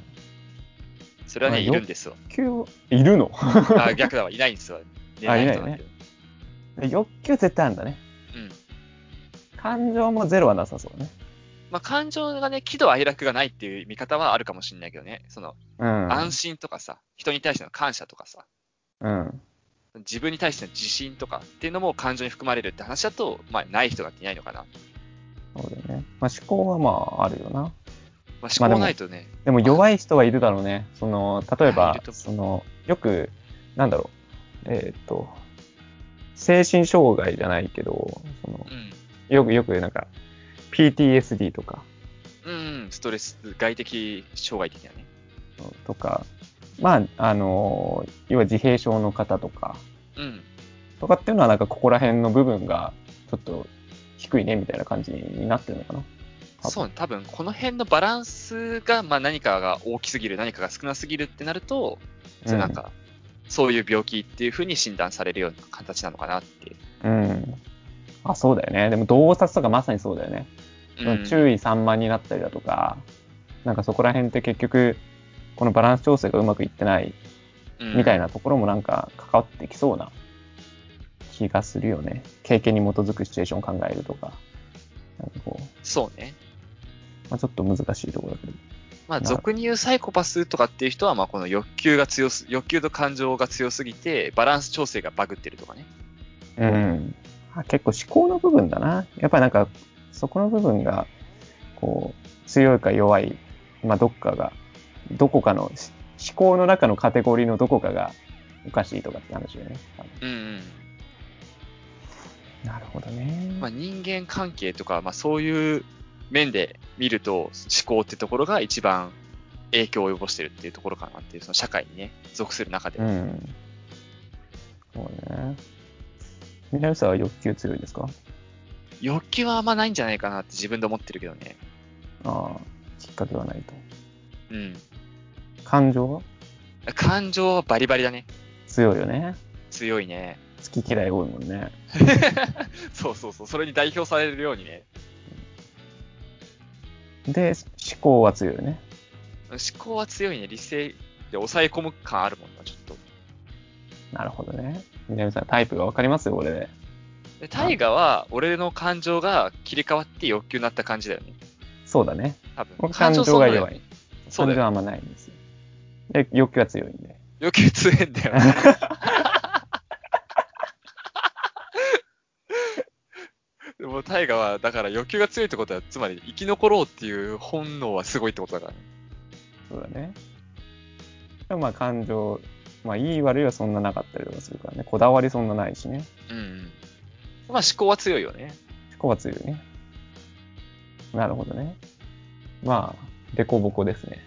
B: それはね、
A: まあ
B: い
A: よ
B: るんですよ。
A: 欲求、いる の
B: あ、逆だわ、いない んですよ。寝ない人なんて。
A: 欲求絶対あるんだね。
B: うん。
A: 感情もゼロはなさそうね。
B: まあ、感情がね、喜怒哀楽がないっていう見方はあるかもしれないけどね、その、
A: うん。
B: 安心とかさ、人に対しての感謝とかさ、
A: うん。
B: 自分に対しての自信とかっていうのも感情に含まれるって話だと、まあ、ない人だっていないのかな。
A: そうだよね。まあ思考はまああるよな。
B: まあ、
A: まあ
B: 思
A: で
B: 考
A: も
B: ないとね、
A: でも弱い人はいるだろうね。その、例え
B: あい
A: ば
B: る、と思う
A: その、よく、なんだろう。えーっ、と、精神障害じゃないけど、その、よくよくなんか、PTSD とか、
B: うん、うん、ストレス外的障害的なね。
A: とか、まあ、あの、要は自閉症の方とか、
B: うん、
A: とかっていうのはなんかここら辺の部分が、ちょっと低いねみたいな感じになってるのかな。多分
B: そうね、多分この辺のバランスが、まあ、何かが大きすぎる、何かが少なすぎるってなると、それなんか、そういう病気っていうふうに診断されるような形なのかなって。
A: うん。あ、そうだよね。でも、洞察とかまさにそうだよね。
B: うん、
A: 注意散漫になったりだとか、なんかそこら辺って結局、このバランス調整がうまくいってない
B: うん
A: みたいなところもなんか関わってきそうな気がするよね。経験に基づくシチュエーションを考えるとか。なんかこう、
B: そうね。
A: まあ、ちょっと難しいところだけど。
B: まあ、
A: なる
B: 俗に言うサイコパスとかっていう人は、まあ、この欲求が強す、欲求と感情が強すぎて、バランス調整がバグってるとかね。
A: うん。あ結構思考の部分だな。やっぱりなんか、そこの部分が、こう、強いか弱い、まあ、どっかが、どこかの、し思考の中のカテゴリーのどこかがおかしいとかって話だよね。
B: うん、うん。
A: なるほどね。
B: まあ、人間関係とか、まあ、そういう面で見ると、思考ってところが一番影響を及ぼしてるっていうところかなっていう、その社会にね、属する中で。
A: うん。そうね。南さんは欲求強いですか
B: 欲求はあんまないんじゃないかなって自分で思ってるけどね。
A: ああ、きっかけはないと。
B: うん。
A: 感情は
B: 感情はバリバリだね。
A: 強いよね。
B: 強いね。
A: 好き嫌い多いもんね。
B: そうそうそう。それに代表されるようにね。
A: で、思考は強いよね。
B: 思考は強いね。理性で抑え込む感あるもんな、ちょっと。
A: なるほどね。南さん、タイプがわかりますよ、俺で。
B: でタイガは、俺の感情が切り替わって欲求になった感じだよね。
A: そうだね。
B: 多
A: こ
B: 分。
A: の感情が弱い。感
B: そうだよね。そうだ
A: 情は
B: よ。
A: あんまないんですよ。で、欲求は強いんで。
B: 欲求強いんだよね。でもタイガは、だから欲求が強いってことは、つまり生き残ろうっていう本能はすごいってことだからね。
A: そうだね。でもまあ感情、まあいい悪いはそんななかったりとかするからね。こだわりそんなないしね。
B: うんうん。まあ思考は強いよね。
A: 思考は強いね。なるほどね。まあ、デコボコですね。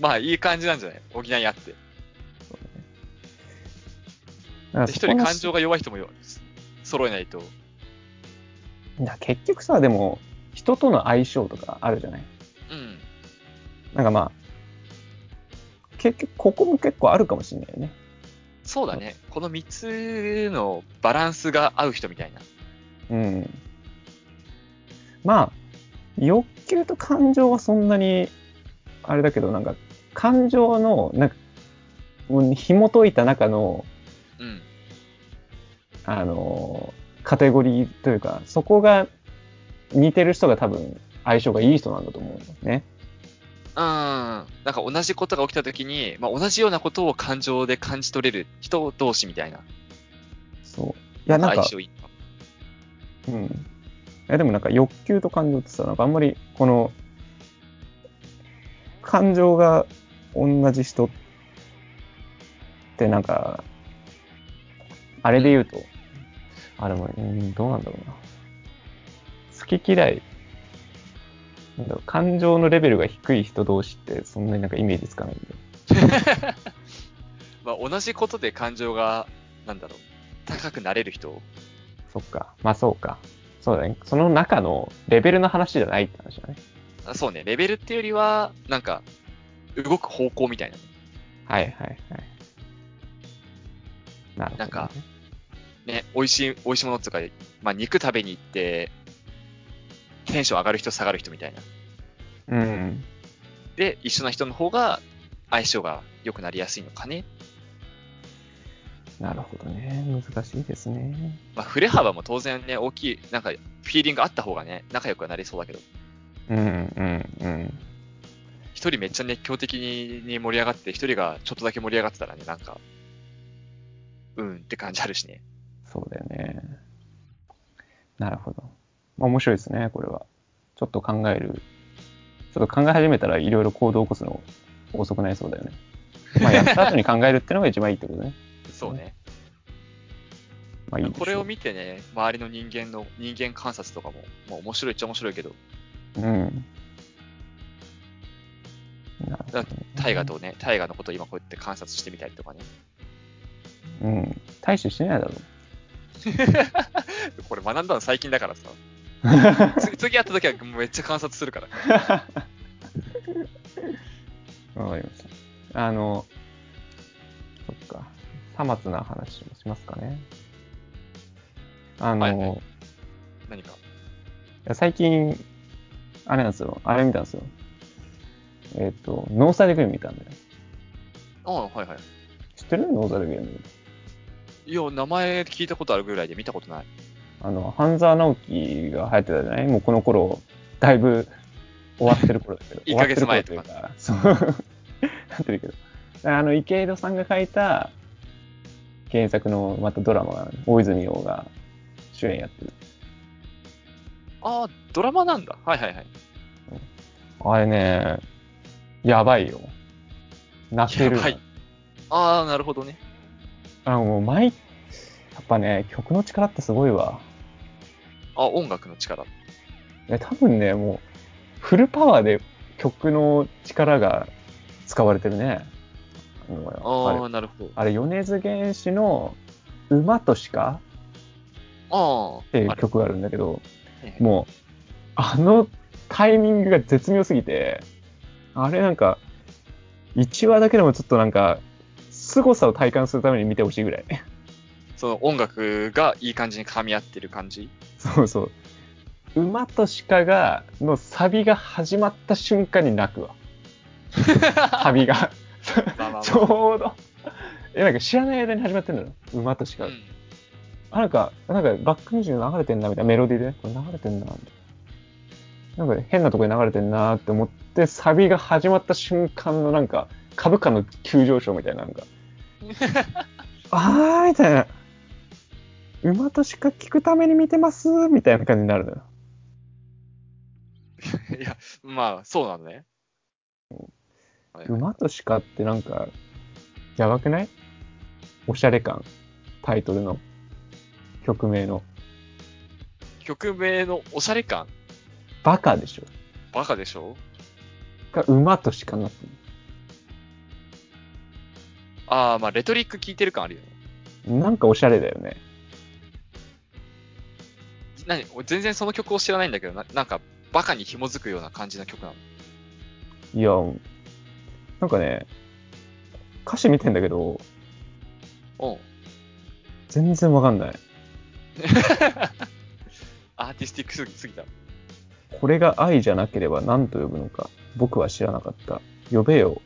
B: まあいい感じなんじゃない補い合って。で
A: だから
B: 一
A: そこ
B: 人
A: の
B: 感情が弱い人もよ揃えないと。
A: いや結局さ、でも、人との相性とかあるじゃない
B: うん。
A: なんかまあ、結局、ここも結構あるかもしれないよね。
B: そうだね。この3つのバランスが合う人みたいな。
A: うん。まあ、欲求と感情はそんなに、あれだけど、なんか、感情の、なんか、うん紐解いた中の、
B: うん。
A: あのーカテゴリーというか、そこが似てる人が多分、相性がいい人なんだと思うんだよね。
B: うん。なんか同じことが起きた時に、まあ、同じようなことを感情で感じ取れる人同士みたいな。
A: そう。いや、なん
B: 相
A: か、
B: 性いいのかも
A: うん。いや、でもなんか欲求と感情ってさ、なんかあんまり、この、感情が同じ人ってなんか、あれで言うと、あれも、うん、どうなんだろうな。好き嫌いなんだろう感情のレベルが低い人同士ってそんなになんかイメージつかないんで。
B: まあ、同じことで感情が、なんだろう、高くなれる人。
A: そっか。まあそうか。そうだね。その中のレベルの話じゃないって話だね。
B: あそうね、レベルっていうよりは、なんか、動く方向みたいな。
A: はいはいはい。なるほど、ね。
B: なんかね、美味しい、美味しいものっていうか、まあ、肉食べに行って、テンション上がる人、下がる人みたいな。
A: うん。
B: で、一緒な人の方が、相性が良くなりやすいのかね。
A: なるほどね。難しいですね。
B: まあ、振れ幅も当然ね、大きい、なんか、フィーリングあった方がね、仲良くなりそうだけど、
A: うんうんうん。
B: 一人めっちゃ熱狂的に盛り上がって、一人がちょっとだけ盛り上がってたらね、なんか、うんって感じあるしね。
A: そうだよね。なるほど。まあ面白いですね、これは。ちょっと考える。ちょっと考え始めたらいろいろ行動を起こすの遅くなりそうだよね。まあやった後に考えるってのが一番いいってことね。
B: そうね。
A: まあいいでしょう
B: これを見てね、周りの人間の人間観察とかも、まあ面白いっちゃ面白いけど、
A: うん。なるほどね
B: 大河とね、大河のことを今こうやって観察してみたりとかね。
A: うん。大してしてないだろ
B: これ学んだの最近だからさ。つ次やった時はもうめっちゃ観察するから。
A: う。わかりました。あの、そっか。さまつな話もしますかね。あの、
B: はいはい何か。
A: いや最近、あれなんですよ。あれ見たんですよ。えっ、と、ノーサルグルメ見たんだよ。
B: ああ、はいは
A: 知ってるノーサルグルメ。
B: い。いや、名前聞いたことあるぐらいで見たことない。
A: あの、半沢直樹が流行ってたじゃないもうこの頃、だいぶ終わってる頃だ けど。
B: 1ヶ月前と
A: 終わ
B: か
A: ってる頃というか。そう。な ってるけど。あの、池井戸さんが書いた原作のまたドラマが、大泉洋が主演やってる。
B: ああ、ドラマなんだ。はいはいはい。
A: あれね、やばいよ。泣ける。
B: やばいああ、なるほどね。
A: あの、もう毎、やっぱね、曲の力ってすごいわ。
B: あ音楽の力。
A: ね多分ね、もう、フルパワーで曲の力が使われてるね。うん
B: あ
A: あ
B: あ、
A: れ、
B: なるほど。
A: あれ米津玄師の馬と鹿
B: ああ、
A: ってい
B: あ
A: う
B: れ
A: 曲があるんだけど、
B: はいはい
A: もう、あのタイミングが絶妙すぎて、あれなんか、1話だけでもちょっとなんか、凄さを体感するために見てほしいぐら い。
B: その音楽がいい感じに噛み合ってる感じ。
A: そうそう。馬と鹿が、のサビが始まった瞬間に泣く わ。サビが。
B: まあまあまあ
A: ちょうど。え、なんか知らない間に始まってんだろ馬と鹿。
B: うん
A: あ、なんか、なんかバックミュージック流れてんな、みたいなメロディーで。これ流れてんな、みたいな。なんか変なとこに流れてんなって思って、サビが始まった瞬間のなんか、株価の急上昇みたいな、なん か。あーみたいな。馬と鹿聞くために見てますみたいな感じになるのよ。
B: いや、まあ、そうなのね。はいはい
A: 馬と鹿ってなんか、やばくないおしゃれ感。タイトルの。曲名の。
B: 曲名のおしゃれ感、
A: バカでしょ
B: バカでしょ
A: が馬と鹿になって
B: ああ、まあ、レトリック聞いてる感あるよね。
A: る。なんかおしゃれだよね。
B: 何俺全然その曲を知らないんだけど、ななんか、バカに紐づくような感じの曲なの。
A: いや、なんかね、歌詞見てんだけど、
B: おう
A: 全然わかんない。
B: アーティスティックすぎすぎた。
A: これが愛じゃなければ何と呼ぶのか、僕は知らなかった。呼べよ。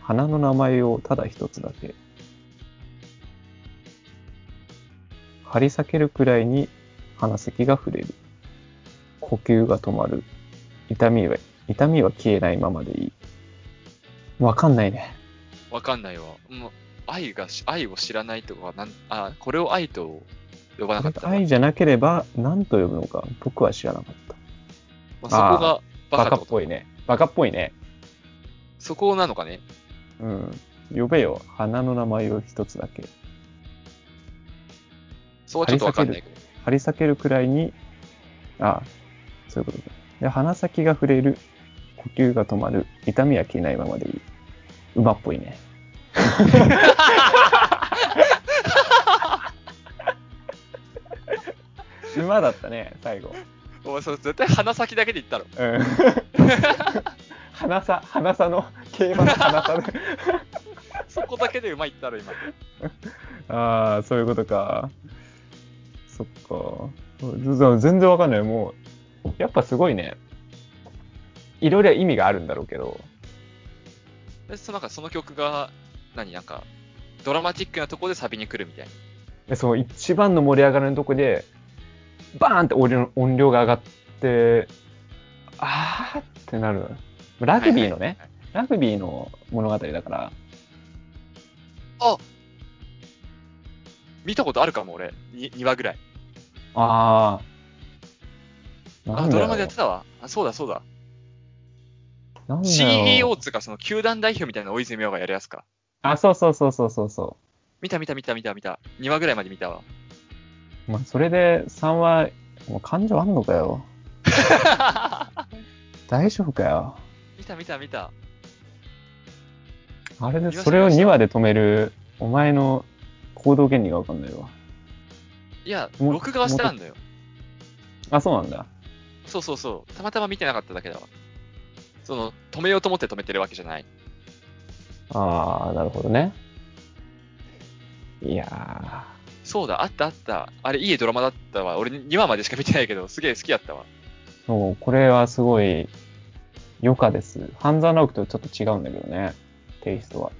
A: 花の名前をただ一つだけ。張り裂けるくらいに鼻先が触れる。呼吸が止まる。痛みは、痛みは消えないままでいい。わかんないね。
B: わかんないわ。もう愛がし、愛を知らないとか、なんあ、これを愛と呼ばなかった。
A: 愛じゃなければ何と呼ぶのか、僕は知らなかった。
B: まあ、そこが
A: バ
B: バ
A: カ
B: カ
A: っぽいね。バカっぽいね。
B: そこなのかね。
A: うん。呼べよ。花の名前を一つだけ。
B: そこはちょっとわかんないけど。
A: 張り裂けるくらいに、あそういうことか。で鼻先が触れる呼吸が止まる痛みは消えないままでいい馬っぽい ね馬だったね最後
B: お前それ絶対鼻先だけで言ったろ。
A: うん 鼻さ鼻さの競馬の鼻さで
B: そこだけでうまいったろ、今。
A: ああそういうことかそっかずず全然わかんないもうやっぱすごいねいろいろ意味があるんだろうけど
B: で、そのなんかその曲が、何、なんか、ドラマチックなとこでサビに来るみたいな。
A: でその一番の盛り上がりのとこでバーンって音量音量が上がってあーってなるラグビーのね、
B: はいはいはい
A: ラグビーの物語だから
B: あ見たことあるかも、俺。に2話ぐらい。
A: ああ
B: あ、ドラマでやってたわ。あ、そうだそうだ。
A: なんだろう
B: CEO っつうか、その球団代表みたいな大泉洋がやるやつか。
A: あ、そうそうそうそうそうそ
B: 見た見た見た見た見た。2話ぐらいまで見たわ。
A: う。まあ、それで3は、もう感情あんのかよ。大丈夫かよ。
B: 見た見た見た。
A: あれで、
B: 見ました
A: それを
B: 見ました
A: 2話で止める、お前の行動原理がわかんないわ。
B: いや、
A: も
B: 録画はしてたんだよ。
A: あ、そうなんだ。
B: そうそうそう。たまたま見てなかっただけだわ。その、止めようと思って止めてるわけじゃない。
A: ああ、なるほどね。いや
B: そうだ、あったあった。あれ、いいドラマだったわ。俺、2話までしか見てないけど、すげえ好きだったわ。
A: ー、そう、これはすごい、余暇です。半沢直樹とちょっと違うんだけどね、テイストは。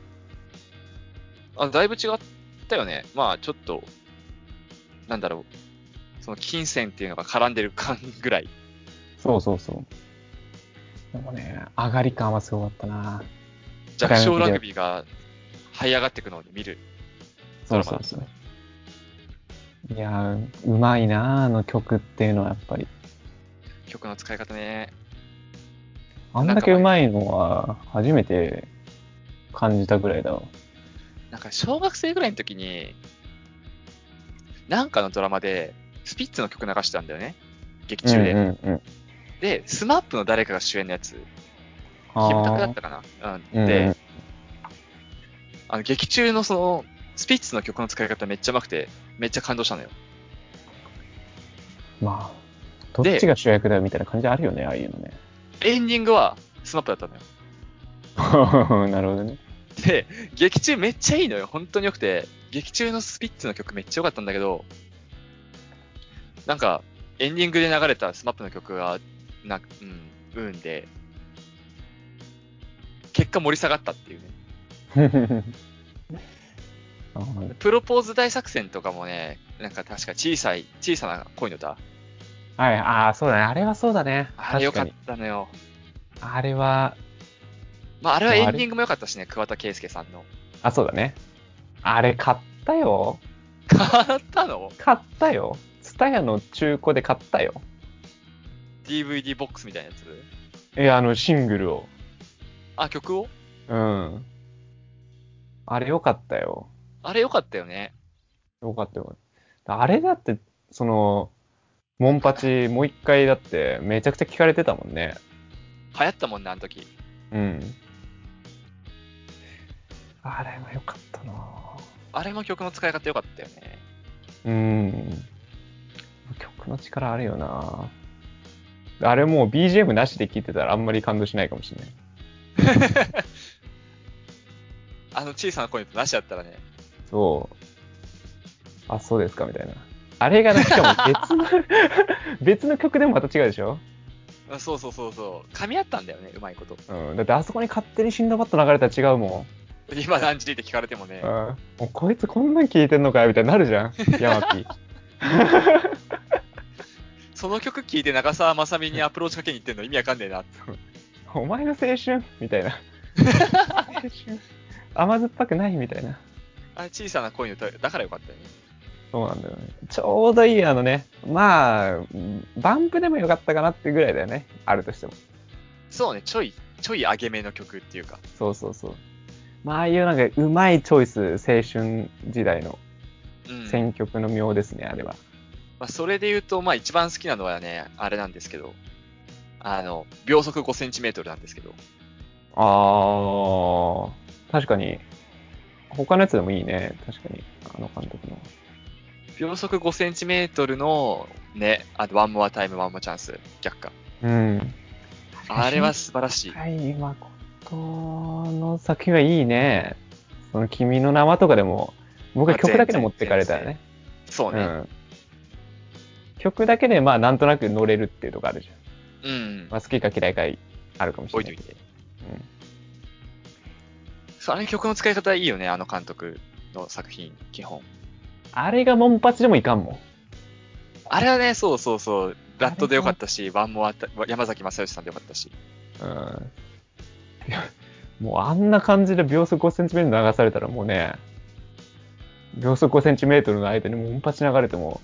B: あ、だいぶ違ったよね。まあ、ちょっと、なんだろう。その、金銭っていうのが絡んでる感ぐらい。
A: そうそうそう。でもね、上がり感はすごかったな。
B: 弱小ラグビーが、這い上がってくのを見る。
A: そうそうそう。いやー、うまいなあ、あの曲っていうのはやっぱり。
B: 曲の使い方ね。
A: あんだけうまいのは初めて感じたぐらいだわ。
B: なんか、小学生ぐらいの時に、なんかのドラマで、スピッツの曲流してたんだよね。劇中で。
A: うんうんうん。
B: で、スマップの誰かが主演のやつ、キムタクだったかな。
A: う
B: うんん、で、
A: うん
B: あの劇中のその、スピッツの曲の使い方めっちゃうまくて、めっちゃ感動したのよ。
A: まあ、どっちが主役だよみたいな感じあるよね、ああいうのね。
B: エンディングはスマップだったのよ。
A: なるほどね。
B: で、劇中めっちゃいいのよ。本当に良くて、劇中のスピッツの曲めっちゃ良かったんだけど、なんか、エンディングで流れたスマップの曲が、なんか、うん、うんで、結果盛り下がったっていうね。
A: あー
B: プロポーズ大作戦とかもね、なんか確か小さい、小さな恋の歌。
A: はい、ああ、そうだね。あれはそうだね。
B: あれ良
A: 確
B: か
A: かに。
B: ったのよ。
A: あれは、
B: まあ、あれは
A: でも
B: エ
A: あれ
B: ンディングも良かったしね、桑田佳祐さんの。
A: あ、そうだね。あれ買ったよ。
B: 買ったの
A: 買ったよ。ツタヤの中古で買ったよ。
B: ?DVD ボックスみたいなやつ
A: え、あの、シングルを。
B: あ、曲を
A: うん。あれ良かったよ。
B: あれ良かったよね。
A: 良かったよ。あれだって、その、モンパチ、もう一回だって、めちゃくちゃ聞かれてたもんね。
B: 流行ったもんね、あの時。
A: うん。あれは良かったなぁ
B: あれも曲の使い方良かったよね。
A: うん。曲の力あるよなぁあれもう BGM なしで聴いてたらあんまり感動しないかもしれない。
B: あの小さな恋の歌なしだったらね。
A: そう。あ、そうですか、みたいな。あれがな、しかも別の、 別の曲でもまた違うでしょ
B: あそうそうそうそう。噛み合ったんだよね、うまいこと。
A: うん。だってあそこに勝手にシンドバッド流れたら違うも
B: 今何時って聞かれてもね
A: ん。うん。。もうこいつこんなん聞いてんのかよ、みたいになるじゃん。ヤマピー。
B: その曲聴いて長澤まさみにアプローチかけに行ってんの意味わかんねえなって。
A: お前の青春みたいな。青春。甘酸っぱくないみたいな。
B: あれ小さな恋の歌だから良かったよね。
A: そうなんだよね。ちょうどいい、あのね。まあ、バンプでもよかったかなってぐらいだよね。あるとしても。
B: そうね、ちょい、ちょい上げ目の曲っていうか。
A: そうそうそう。まあ、ああいうなんか、うまいチョイス、青春時代の
B: うん。
A: 選曲の妙ですね、あれは。
B: まあ、それで言うと、まあ一番好きなのはね、あれなんですけど、あの、秒速5センチメートルなんですけど、
A: ああ、確かに。他のやつでもいいね。確かに。あの監督の。
B: 秒速5センチメートルの、ね、あと、ワンモアタイム、ワンモアチャンス、逆か。
A: うん。
B: あれは素晴らしい。
A: はい、誠の作品はいいね。その君の名はとかでも、僕は曲だけで持ってかれたよね。
B: そう
A: う
B: ね。
A: ん。曲だけで、まあ、なんとなく乗れるっていうとこあるじゃん。
B: うん
A: ま。あ、好きか嫌いかあるかもしれないけど。
B: 置そうあれ曲の使い方いいよね、あの監督の作品、基本。
A: あれがモンパチでもいかんもん。
B: あれはね、そうそうそう、ラットでよかったし、ワンモアタ、山崎正義さんでよかったし。
A: うん。いやもうあんな感じで秒速 5cm 流されたらもうね、秒速 5cm の間にもう音パチ流れても、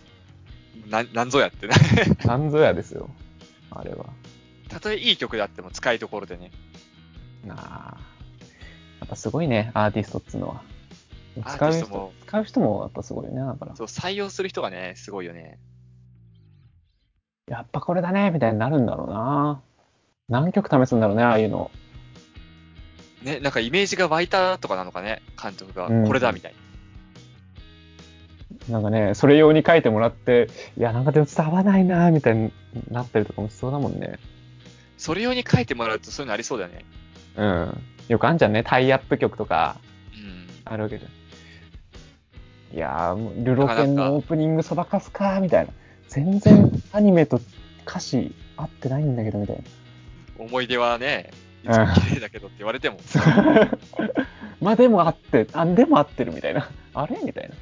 B: ななんぞやってね。
A: なんぞやですよ。あれは。
B: たとえいい曲であっても使いどころでね。
A: なあ。やっぱすごいね、アーティストっつうのは。
B: アーテ
A: 使
B: ィ
A: う
B: スト
A: 人
B: も、
A: 使う人もやっぱすごいよね、だから。
B: そう、採用する人がね、すごいよね。
A: やっぱこれだね、みたいになるんだろうな。何曲試すんだろうね、ああいうの。
B: ね、なんかイメージが湧いたとかなのかね、監督が
A: うん。
B: これだ、みたいな。
A: なんかね、それ用に書いてもらって、いや、なんかでも伝わらないな、みたいになったりとかもしそうだもんね。
B: それ用に書いてもらうとそういうのありそうだよね。
A: うん。よくあんじゃんね、タイアップ曲とか、
B: うん。
A: あるわけじゃん。いやー、もうルロケンのオープニングそばかすかーみたいな。全然アニメと歌詞合ってないんだけど、みたい
B: 思い出はね、いつ
A: うん
B: も綺麗だけどって言われても、
A: な。 まあでも合って、あ、でも合ってるみたいな。あれみたいな。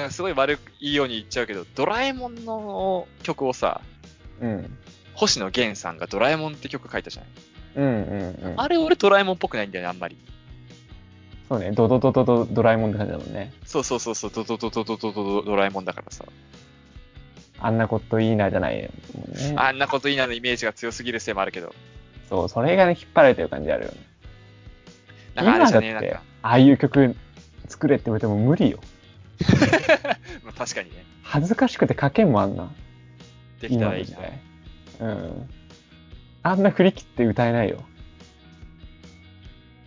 B: なんかすごい悪いように言っちゃうけど、ドラえもんの曲をさ、
A: うん。
B: 星野源さんがドラえもんって曲書いたじゃない。
A: うんうんうん。
B: あれ俺ドラえもんっぽくないんだよね、あんまり。
A: そうね、ドドドドドドラえもんって感じだもんね。
B: そうそうそうそう、ドドドドドドドドドラえもんだからさ。
A: あんなこといいなじゃないもんね。
B: あんなこといいなのイメージが強すぎるせいもあるけど。
A: そう、それがね、引っ張られてる感じあるよね。
B: なんかあれじゃねえ、
A: 今
B: な
A: だっ
B: ん
A: て
B: か。、
A: ああいう曲作れって言われても無理よ。
B: まあ確かにね。
A: 恥ずかしくて書けんもんあんな。
B: できたらいい
A: 今の時
B: じゃん。
A: 代うん。あんな振り切って歌えないよ。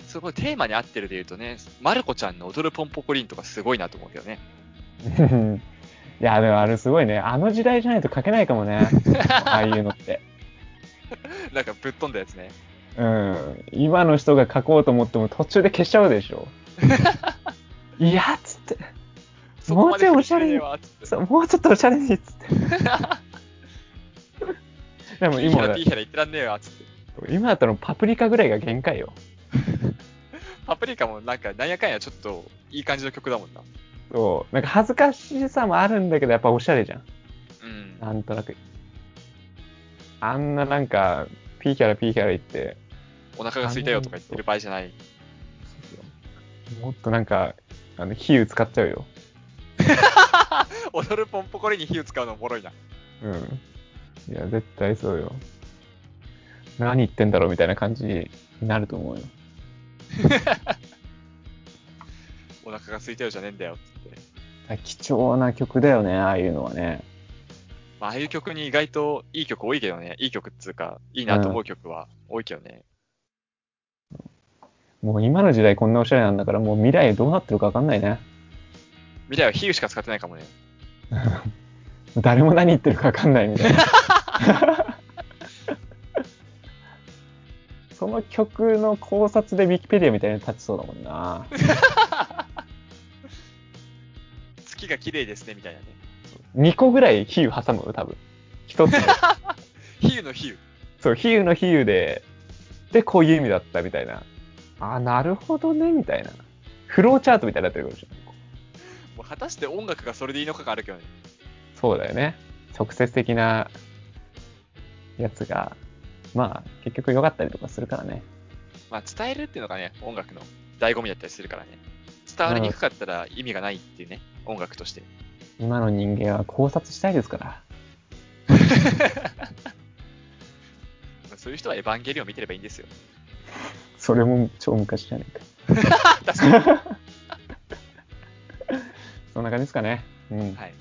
B: すごいテーマに合ってるで言うとね、まる子ちゃんの踊るポンポコリンとかすごいなと思うけどね。
A: いや、でもあれすごいね。あの時代じゃないと書けないかも ね。ああいうのって。
B: なんかぶっ飛んだやつね。
A: うん。今の人が書こうと思っても途中で消しちゃうで しょ。いやっつって。
B: そこまで
A: もうちょいおしゃれに
B: 振り切れねえわっつって
A: そうもうちょっとおしゃれにっつっ て。でも
B: ピーヒャ
A: 今
B: ラ
A: だ
B: ピーヒャラ言ってらんねえわっつって。
A: 今だったらパプリカぐらいが限界よ。
B: パプリカもなんかなんやかんやちょっといい感じの曲だもんな。
A: そう。なんか恥ずかしさもあるんだけど、やっぱおしゃれじゃん。
B: うん。
A: なんとなく。あんななんか、ピーキャラピーキャラ言って、
B: お腹が空いたよとか言ってる場合じゃ ない。
A: もっとなんか、あの、比喩使っちゃうよ。
B: 踊るポンポコリンに火を使うのおもろいな。
A: うん。いや、絶対そうよ。何言ってんだろうみたいな感じになると思うよ。
B: お腹が空いたよじゃねえんだよっつって。
A: 貴重な曲だよね、ああいうのはね。
B: まあ、ああいう曲に意外といい曲多いけどね。いい曲っつうか、いいなと思う曲は多いけどね。
A: もう今の時代こんなおしゃれなんだから、もう未来どうなってるかわかんないね。
B: 未来は比喩しか使ってないかもね。
A: 誰も何言ってるかわかんないみたいな。その曲の考察でウィキペディアみたいに立ちそうだもんな。
B: 月が綺麗ですね、みたいなね。
A: 2個ぐらい比喩挟むよ、多分。一つの。
B: 比喩の比喩。
A: そう、比喩の比喩で、で、こういう意味だったみたいな。あ、なるほどね、みたいな。フローチャートみたいになってるかもしれない。
B: もう果たして音楽がそれでいいのかがあるけどね。
A: そうだよね。直接的なやつが、まあ、結局良かったりとかするからね。
B: まあ、伝えるっていうのがね、音楽の醍醐味だったりするからね。伝わりにくかったら意味がないっていうね、音楽として。
A: 今の人間は考察したいですから。
B: そういう人はエヴァンゲリオン見てればいいんですよ。
A: それも超昔じゃねえか。
B: 確かに。
A: そんな感じですかね。うん。
B: はい。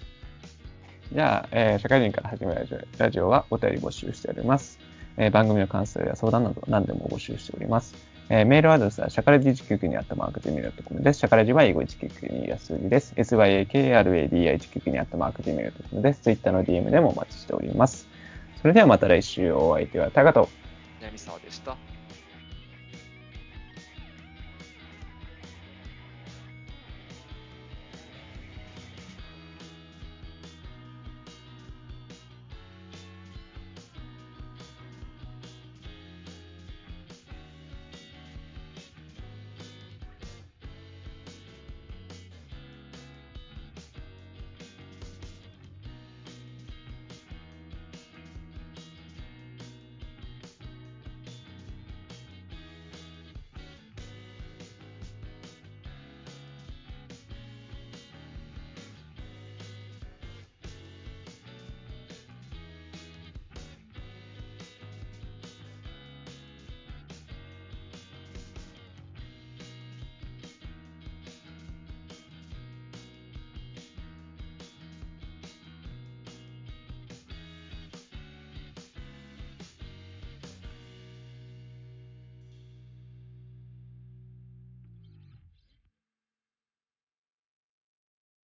A: じゃあ、えー社会人から始めるラジオラジオはお便り募集しております。えー番組の感想や相談など何でも募集しております。えーメールアドレスは、シャカレディ199にあったマークで Gmail.com です。シャカレディは英語199にや数字です。syakaradi199 にあったマークで Gmail.com です。Twitter の DM でもお待ちしております。それではまた来週お相手は高と
B: 南沢でした。